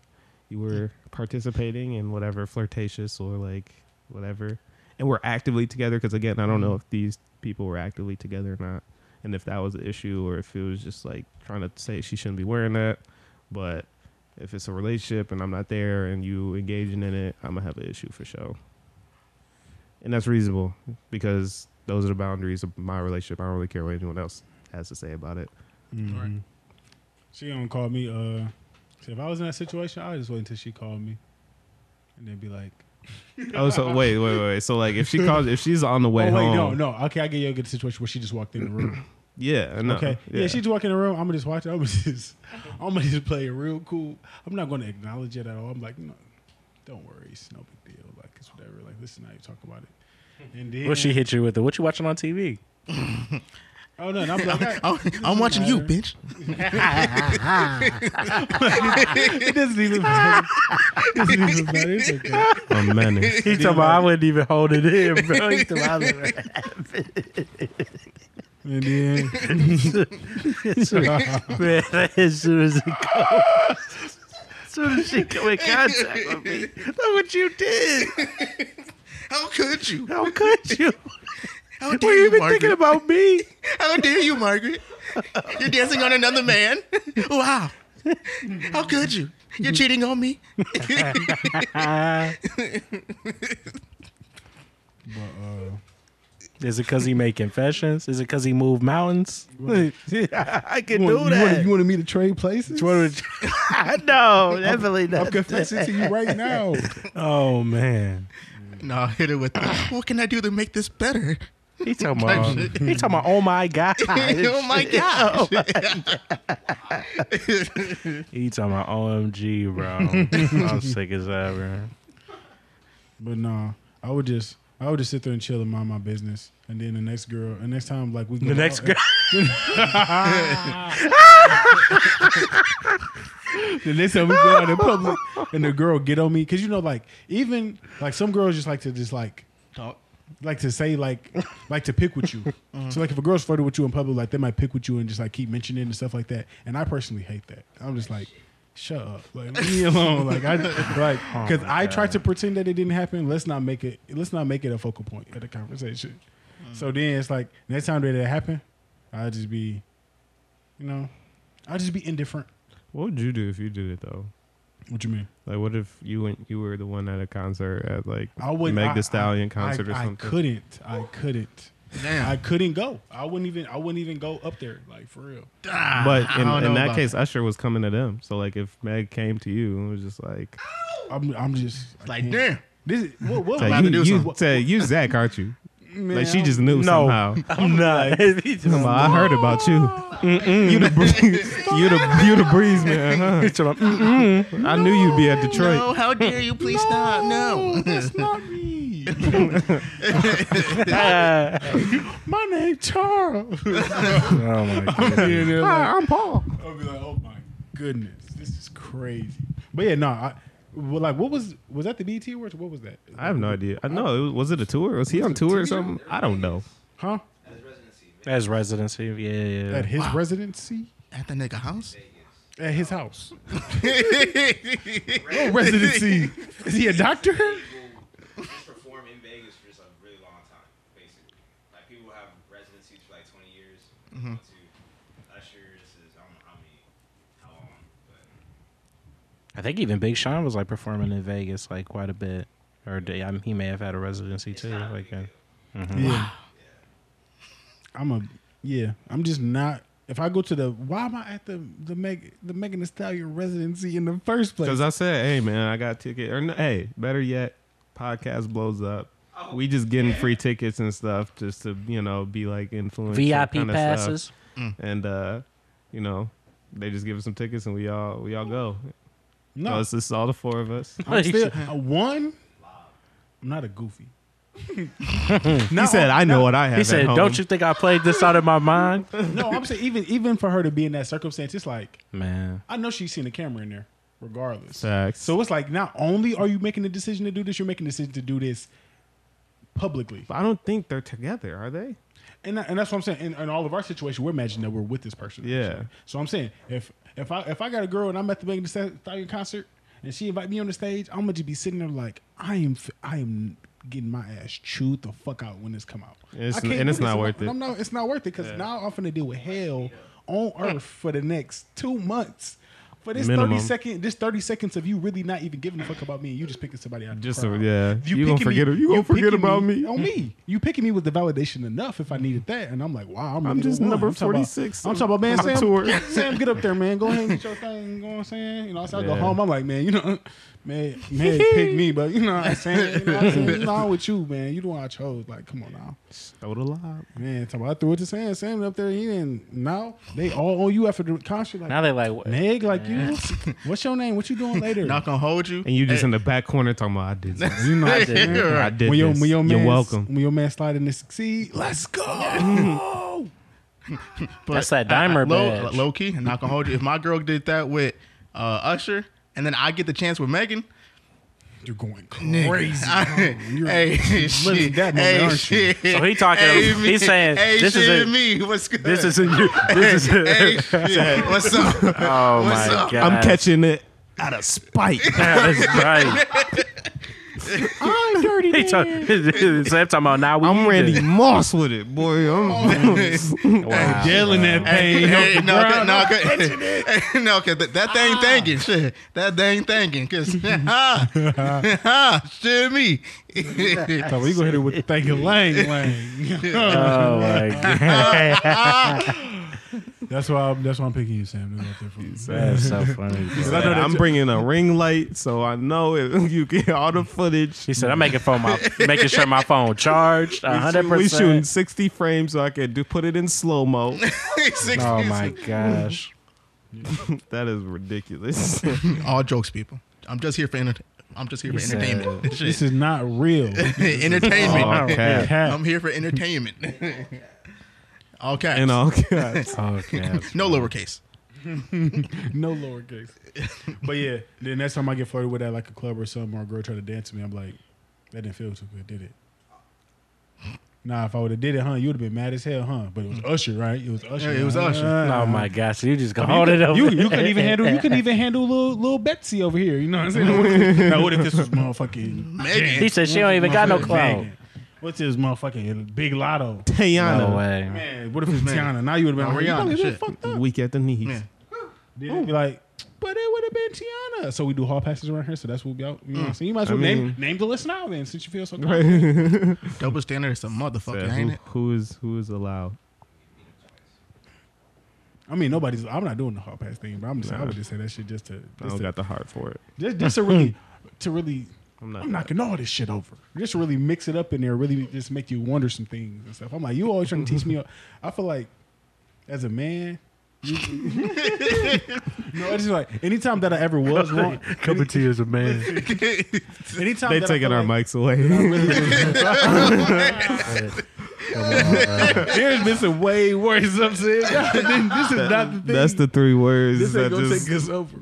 Speaker 4: you were participating in whatever flirtatious or like whatever, and we're actively together. Because again, I don't know if these people were actively together or not, and if that was an issue or if it was just like trying to say she shouldn't be wearing that. But if it's a relationship and I'm not there and you engaging in it, I'm gonna have an issue for sure. And that's reasonable because those are the boundaries of my relationship. I don't really care what anyone else has to say about it.
Speaker 2: Right.
Speaker 1: She gonna call me. Uh, so if I was in that situation, I would just wait until she called me, and then be like,
Speaker 4: Oh, so wait, wait, wait. So like, if she calls, if she's on the way
Speaker 1: "Oh wait,
Speaker 4: home,
Speaker 1: no, no. Okay, I get you a good situation where she just walked in the room.
Speaker 4: yeah, no,
Speaker 1: okay, yeah. she just walked in the room. I'm gonna just watch it. I'm gonna just, I'm gonna just play it real cool. I'm not gonna acknowledge it at all. I'm like, no, don't worry, it's no big deal. Like it's whatever. Like this is not even talk about it. And then
Speaker 3: What she hit you with? It. What you watching on TV?
Speaker 1: Oh no, not black.
Speaker 2: I'm, I'm watching you, bitch.
Speaker 1: it doesn't even matter. It doesn't even matter. It's okay.
Speaker 6: A menace.
Speaker 3: He talking about I wouldn't even hold it in, bro. He talking about
Speaker 1: And then
Speaker 3: man, as soon as it goes, as soon as she come in contact with me, look what you did.
Speaker 2: How could you?
Speaker 3: How could you?
Speaker 2: How
Speaker 3: Were
Speaker 2: dare
Speaker 3: you
Speaker 2: you,
Speaker 3: even thinking
Speaker 2: Margaret?
Speaker 3: about me?
Speaker 2: How dare you, Margaret? You're dancing on another man. Wow. How could you? You're cheating on me.
Speaker 3: Uh,
Speaker 1: uh,
Speaker 3: Is it because he made confessions? Is it because he moved mountains? I can
Speaker 1: you
Speaker 3: do
Speaker 1: wanted-
Speaker 3: that.
Speaker 1: you wanted me to trade places?
Speaker 3: no, definitely not.
Speaker 1: I'm confessing to you right now.
Speaker 3: Oh man,
Speaker 2: no, I hit it with. What can I do to make this better?
Speaker 3: he talking about he talking about oh my god.
Speaker 2: oh my gosh.
Speaker 3: He talking about OMG, bro. I'm sick as ever.
Speaker 1: But nah, I would just I would just sit there and chill and mind my business. And then the next girl, the next time like we go
Speaker 3: The next
Speaker 1: out-
Speaker 3: girl,
Speaker 1: the next time we go out in public and the girl get on me because you know like even like some girls just like to just like
Speaker 2: Talk.
Speaker 1: like to say like like to pick with you. So like if a girl's flirting with you in public, like they might pick with you and just like keep mentioning it and stuff like that. And I personally hate that. I'm just like, shut up, like leave me alone. Like I like because I try to pretend that it didn't happen. Let's not make it. Let's not make it a focal point of the conversation. So then it's like next time that it happen, I'll just be, you know, I'll just be indifferent.
Speaker 4: What would you do if you did it though?
Speaker 1: What you mean?
Speaker 4: Like, what if you went? You were the one at a concert at like
Speaker 1: I would
Speaker 4: Meg
Speaker 1: I-
Speaker 4: the Stallion
Speaker 1: I-
Speaker 4: concert or
Speaker 1: I
Speaker 4: something.
Speaker 1: couldn't. I couldn't. I
Speaker 2: Damn.
Speaker 1: couldn't go. I wouldn't even. I wouldn't even go up there. Like for real.
Speaker 2: Ah,
Speaker 4: But
Speaker 2: I
Speaker 4: in,
Speaker 2: don't know
Speaker 4: in that
Speaker 2: about
Speaker 4: case, Usher was coming to them. So like, if Meg came to you and was just like,
Speaker 1: I'm, I'm just I
Speaker 2: Like,
Speaker 1: can't.
Speaker 2: damn.
Speaker 1: This is what, what
Speaker 4: "Say,
Speaker 2: about
Speaker 4: you,
Speaker 2: to do
Speaker 4: you,
Speaker 2: something.
Speaker 4: say, you Zach, aren't you?"
Speaker 1: man,
Speaker 4: like she just knew
Speaker 3: No.
Speaker 4: somehow.
Speaker 3: I'm not. He just-
Speaker 4: Come on, I heard about you. You the breeze, you the you the breeze man. huh?
Speaker 3: he talking about, mm-mm.
Speaker 4: I knew you'd be at Detroit.
Speaker 2: No, how dare you? Please stop. No.
Speaker 1: That's not me. My name Charles.
Speaker 3: oh my god.
Speaker 1: I'm Paul. I'll be like, oh my goodness, this is crazy. But yeah, no, I well, like what was was that the BT Awards? What was that?
Speaker 4: I have no idea. I know. it was- Was it a tour? Was he on tour or something? I don't know.
Speaker 1: Huh?
Speaker 5: As residency, Vegas.
Speaker 3: That's residency. Yeah, yeah.
Speaker 1: At his residency?
Speaker 2: At the nigga house.
Speaker 1: At his house. No residency. is he a doctor?
Speaker 5: People just perform in Vegas for just a really long time, basically. Like people have residencies for like 20 years.
Speaker 3: Mm-hmm.
Speaker 5: Went To Usher, this is I don't know how many, how long, but
Speaker 3: I think even Big Sean was like performing in Vegas like quite a bit, or they- I mean, he may have had a residency too. Like, uh,
Speaker 1: Yeah. I'm a yeah. I'm just not. If I go to the why am I at the the Meg the Megan Thee Stallion residency in the first place?
Speaker 4: Because I said, hey man, I got ticket. Or no, hey, better yet, podcast blows up. We just getting free tickets and stuff just to you know be like influencers.
Speaker 3: VIP
Speaker 4: kinda stuff.
Speaker 3: passes.
Speaker 4: and uh, you know they just give us some tickets and we all we all go. So
Speaker 1: no,
Speaker 4: it's just all the four of us.
Speaker 1: I'm still uh, one. I'm not a goofy.
Speaker 4: he said, "I know what I have."
Speaker 3: He said, "Don't you think I played this out of my mind,
Speaker 1: No, I'm saying even even for her to be in that circumstance, it's like
Speaker 3: man?"
Speaker 1: I know she's seen a camera in there, regardless.
Speaker 4: Facts.
Speaker 1: So it's like not only are you making the decision to do this, you're making the decision to do this publicly,
Speaker 4: I don't think they're together, are they?
Speaker 1: and that- and that's what I'm saying. In, in all of our situation, we're imagining that we're with this person.
Speaker 4: Yeah.
Speaker 1: So I'm saying if if I if I got a girl and I'm at the Megan Thee Stallion concert and she invite me on the stage, I'm gonna just be sitting there like I am f- I am getting my ass chewed the fuck out when this come out.
Speaker 4: And it's-
Speaker 1: I can't
Speaker 4: and
Speaker 1: do
Speaker 4: it's
Speaker 1: this.
Speaker 4: not
Speaker 1: I'm
Speaker 4: worth it.
Speaker 1: I'm not, it's not worth it because now I'm finna deal with hell on earth for the next two months. For this
Speaker 4: Minimum.
Speaker 1: thirty second, this thirty seconds of you really not even giving a fuck about me, and you just picking somebody out. of the
Speaker 4: Just
Speaker 1: crowd.
Speaker 4: yeah, you, gonna
Speaker 1: picking me-
Speaker 4: forget? You gonna forget
Speaker 1: picking
Speaker 4: about me?
Speaker 1: on me. You picking me with the validation enough if I needed that, and I'm like, wow, I'm,
Speaker 4: I'm
Speaker 1: really the
Speaker 4: just
Speaker 1: one.
Speaker 4: number
Speaker 1: I'm talking about-
Speaker 4: 46
Speaker 1: I'm talking about man,
Speaker 4: on the
Speaker 1: Sam.
Speaker 4: tour.
Speaker 1: Sam, get up there, man. Go ahead and get your thing. You know what I'm saying? You know, so I go
Speaker 4: Yeah.
Speaker 1: home. I'm like, man, you know, man, man, pick me, but you know what I'm saying? You know what I'm saying? You know, I'm with you, man. You the one I chose. Like, come on now,
Speaker 4: Throw the lob.
Speaker 1: man. Talk about I threw it to Sam. Sam up there, he didn't. Now they all on you after the concert.
Speaker 3: Now
Speaker 1: Like,
Speaker 3: they like, "What-
Speaker 1: Meg, like you. What's your name? What you doing later?
Speaker 2: Not gonna hold you.
Speaker 4: And you just in the back corner talking about I did. This.
Speaker 1: You know,
Speaker 2: Hey,
Speaker 1: I did.
Speaker 2: you're
Speaker 4: I
Speaker 2: right.
Speaker 4: did.
Speaker 1: when your,
Speaker 4: this.
Speaker 1: when your
Speaker 4: You're
Speaker 1: man's-
Speaker 4: welcome.
Speaker 1: When your man slide in to succeed, let's go.
Speaker 2: But
Speaker 3: That's that Dimer
Speaker 2: low,
Speaker 3: badge.
Speaker 2: low key, and I can hold you. If my girl did that with uh, Usher, and then I get the chance with Megan,
Speaker 1: You're going
Speaker 2: nigga,
Speaker 1: crazy.
Speaker 2: I-
Speaker 1: bro. You're-
Speaker 2: hey,
Speaker 1: living
Speaker 2: shit,
Speaker 1: that moment,
Speaker 2: hey,
Speaker 1: aren't you?
Speaker 2: shit.
Speaker 3: So he talking-
Speaker 2: Hey,
Speaker 3: he's
Speaker 2: me-
Speaker 3: saying,
Speaker 2: hey,
Speaker 3: this is
Speaker 2: shit,
Speaker 3: a-
Speaker 2: me. What's good?
Speaker 3: This is a new. This is a,
Speaker 2: hey, shit, what's up?
Speaker 3: oh
Speaker 2: What's
Speaker 3: my
Speaker 2: up?
Speaker 3: god!
Speaker 4: I'm catching it out of spite.
Speaker 3: That's right.
Speaker 4: I'm dirty.
Speaker 3: He talk, so I'm talking about now. We
Speaker 4: I'm
Speaker 3: need
Speaker 4: Randy
Speaker 3: it.
Speaker 4: Moss with it, boy. I'm
Speaker 3: Wow.
Speaker 1: Yelling that
Speaker 2: Hey,
Speaker 1: pain.
Speaker 2: hey,
Speaker 1: off the
Speaker 2: no,
Speaker 1: ground.
Speaker 2: no, hey, no, cause that, that thing
Speaker 3: Ah.
Speaker 2: thinking, shit, that thing thinking, cause ah, shit, me,
Speaker 1: So we gonna hit it with the thinking lang lang.
Speaker 3: Oh my god!
Speaker 1: that's why I'm, that's why I'm picking you, Sam. That's what they're for.
Speaker 3: That's so funny.
Speaker 1: I
Speaker 3: bro.
Speaker 1: know that
Speaker 4: I'm
Speaker 1: you-
Speaker 4: bringing a ring light, so I know it, you get all the footage.
Speaker 3: He said, "I'm making phone my making sure my phone charged
Speaker 4: We
Speaker 3: 100."
Speaker 4: shoot- We shooting
Speaker 3: percent
Speaker 4: 60 frames, so I can do put it in slow mo.
Speaker 3: Oh my gosh!
Speaker 4: that is ridiculous.
Speaker 2: All jokes, people. I'm just here for enter- I'm just here for
Speaker 3: Yes,
Speaker 2: entertainment. Shit.
Speaker 1: This is not real.
Speaker 2: entertainment.
Speaker 4: Oh, okay.
Speaker 2: I'm here for entertainment. all caps.
Speaker 4: And uh, all cats.
Speaker 3: Okay.
Speaker 2: no lowercase.
Speaker 1: no lowercase. But yeah, then next time I get flirted with at like a club or something, or a girl try to dance to me, I'm like, that didn't feel too good, did it? Nah, if I would have did it, huh? You would have been mad as hell, huh? But it was Usher, right? It was Usher.
Speaker 2: Mm. Yeah, it was
Speaker 1: huh?
Speaker 2: Usher.
Speaker 3: Oh my gosh! You just
Speaker 1: Uh,
Speaker 3: gonna
Speaker 1: You
Speaker 3: hold
Speaker 1: could-
Speaker 3: it up.
Speaker 1: You, you couldn't even handle you couldn't even handle little little Betsy over here. You know what I'm saying? now what if this was motherfucking
Speaker 3: He
Speaker 2: Megan.
Speaker 3: said she don't even got no
Speaker 1: motherfucking
Speaker 3: clothes.
Speaker 1: Megan? What's his motherfucking big lotto?
Speaker 3: No
Speaker 4: Tiana,
Speaker 3: way.
Speaker 1: Man, what if it's Tiana? Now you would have
Speaker 2: Now
Speaker 1: been
Speaker 2: Rihanna,
Speaker 1: like, you
Speaker 2: shit.
Speaker 1: shit. fucked up.
Speaker 4: weak at the knees.
Speaker 2: Yeah.
Speaker 1: Then it'd be like, but it would have been Tiana. So we do hall passes around here, so that's what we out. You know what I'm saying? You might as well
Speaker 4: I
Speaker 1: name
Speaker 4: mean-
Speaker 1: name the list now then, since you feel so
Speaker 4: Right.
Speaker 1: confident.
Speaker 2: Double standard is a motherfucker,
Speaker 4: Yeah, who-
Speaker 2: ain't it?
Speaker 4: who is who is allowed?
Speaker 1: I mean, nobody's. I'm not doing the hall pass thing, but I'm just. I would just say that shit just to
Speaker 4: I
Speaker 1: just
Speaker 4: don't
Speaker 1: to,
Speaker 4: got the heart for it.
Speaker 1: just, just to really to really.
Speaker 4: I'm not.
Speaker 1: I'm knocking all this shit over. Just to really mix it up in there. Really, just make you wonder some things and stuff. I'm like, you always trying to teach me. I feel like, as a man. You, no, it's just like anytime that I ever was wrong,
Speaker 6: Cup of tea is a man.
Speaker 1: anytime
Speaker 4: They
Speaker 1: that I
Speaker 4: taking
Speaker 1: feel
Speaker 4: our
Speaker 1: like-
Speaker 4: mics away.
Speaker 1: There's been some way worse. I'm saying this is not the thing.
Speaker 4: That's the three words
Speaker 1: This ain't
Speaker 4: that
Speaker 1: gonna
Speaker 4: just,
Speaker 1: take us over.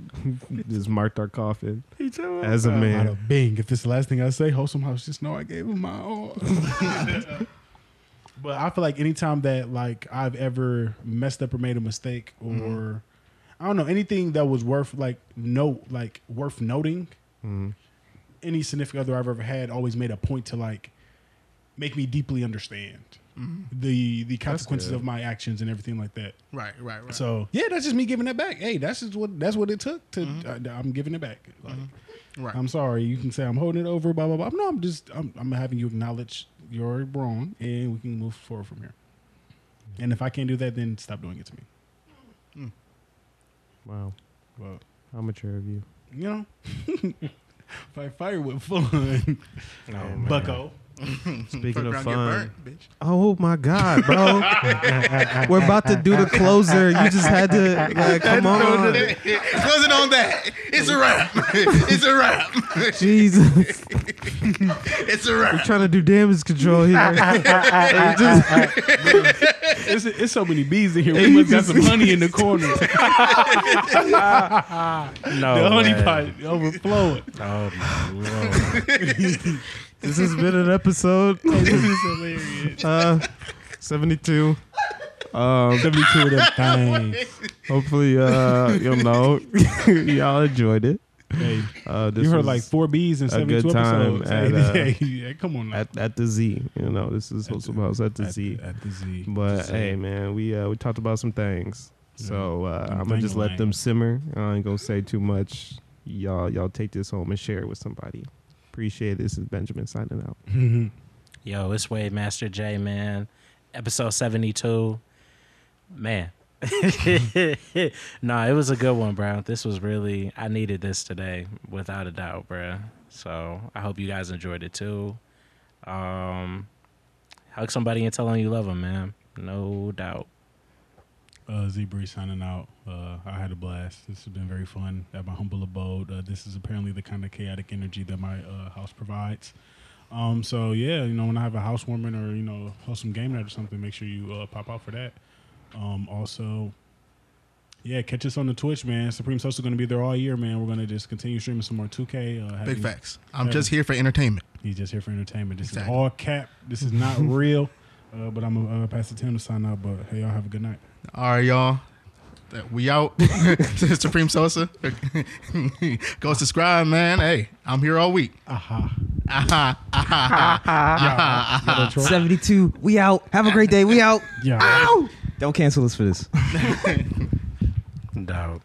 Speaker 4: just marked our coffin
Speaker 6: That's
Speaker 4: as a
Speaker 1: Out
Speaker 4: man.
Speaker 1: of Bing. If this is the last thing I say, wholesome house, just know I gave him my all. but I feel like anytime that like I've ever messed up or made a mistake or
Speaker 4: Mm-hmm.
Speaker 1: I don't know anything that was worth like note like worth noting.
Speaker 4: Mm-hmm.
Speaker 1: Any significant other I've ever had always made a point to like make me deeply understand the the consequences
Speaker 4: good.
Speaker 1: of my actions and everything like that.
Speaker 2: Right, right, right.
Speaker 1: So yeah, that's just me giving it back. Hey, that's just what that's what it took to. I, am giving it back. Like,
Speaker 2: Right.
Speaker 1: I'm sorry. You can say I'm holding it over. Blah blah blah. No, I'm just I'm, I'm having you acknowledge you're wrong, and we can move forward from here. And if I can't do that, then stop doing it to me.
Speaker 4: Wow,
Speaker 1: Well,
Speaker 4: how mature of you?
Speaker 1: you know, fight fire with
Speaker 4: Oh,
Speaker 1: fun, Bucko.
Speaker 4: Speaking
Speaker 2: Fuck around,
Speaker 4: of
Speaker 2: get
Speaker 4: fun,
Speaker 2: burnt, bitch.
Speaker 4: oh my god, bro, we're about to do the closer. You just had to like, come on,
Speaker 2: Close it on that. It's a wrap. It's a wrap.
Speaker 4: Jesus.
Speaker 2: It's a wrap.
Speaker 4: Trying to do damage control here. It just-
Speaker 1: It's, it's so many bees in here. We must got some honey in the corner. the
Speaker 3: No
Speaker 1: honey
Speaker 4: Oh,
Speaker 3: way.
Speaker 1: pot overflowing.
Speaker 3: Oh my lord!
Speaker 4: this has been an episode
Speaker 1: This is hilarious.
Speaker 4: uh, 72. Um,
Speaker 1: Seventy-two of them things.
Speaker 4: hopefully, uh, you'll know y'all enjoyed it.
Speaker 1: Hey,
Speaker 4: Uh, this
Speaker 1: you heard
Speaker 4: was
Speaker 1: like four B's in
Speaker 4: a good
Speaker 1: 72
Speaker 4: time
Speaker 1: episodes.
Speaker 4: at,
Speaker 1: hey,
Speaker 4: uh,
Speaker 1: hey, yeah, come on. now.
Speaker 4: at, at the Z. You know, this is Wholesome House at the
Speaker 1: At
Speaker 4: Z.
Speaker 1: the- At the Z.
Speaker 4: But
Speaker 1: Z.
Speaker 4: hey, man, we uh, we talked about some things, so uh,
Speaker 1: Some
Speaker 4: I'm gonna just let
Speaker 1: thing-a-lang.
Speaker 4: them simmer. I ain't gonna say too much. Y'all, y'all take this home and share it with somebody. Appreciate it. This is Benjamin signing out.
Speaker 3: Yo, it's Wade Master J, man. Episode seventy-two, man. nah, it was a good one, bro. This was really I needed this today, without a doubt, bro. So I hope you guys enjoyed it too. Um, hug somebody and tell them you love them, man. No doubt.
Speaker 1: Uh, Z Bree signing out. Uh, I had a blast. This has been very fun at my humble abode. Uh, this is apparently the kind of chaotic energy that my uh, house provides. Um, so yeah, you know, when I have a housewarming or you know, host some game night or something, make sure you uh, pop out for that. Um, also, yeah, catch us on the Twitch, man. Supreme Social going to be there all year, man. We're going to just continue streaming some more 2K. Uh,
Speaker 2: Big
Speaker 1: having-
Speaker 2: facts. I'm just here for entertainment.
Speaker 1: He's just here for entertainment. This
Speaker 2: Exactly.
Speaker 1: is all cap. This is not real. Uh, but I'm going to uh, pass the Tim to sign out. But hey, y'all have a good night.
Speaker 2: All right, y'all. That- We out. Supreme Sosa. Go subscribe, man. Hey, I'm here all week.
Speaker 1: Aha.
Speaker 2: Aha, aha, aha.
Speaker 1: Uh, Troy?
Speaker 7: 72. We out. Have a great day. We out.
Speaker 1: Yeah.
Speaker 7: Ow! Don't cancel us for this.
Speaker 3: Doubt.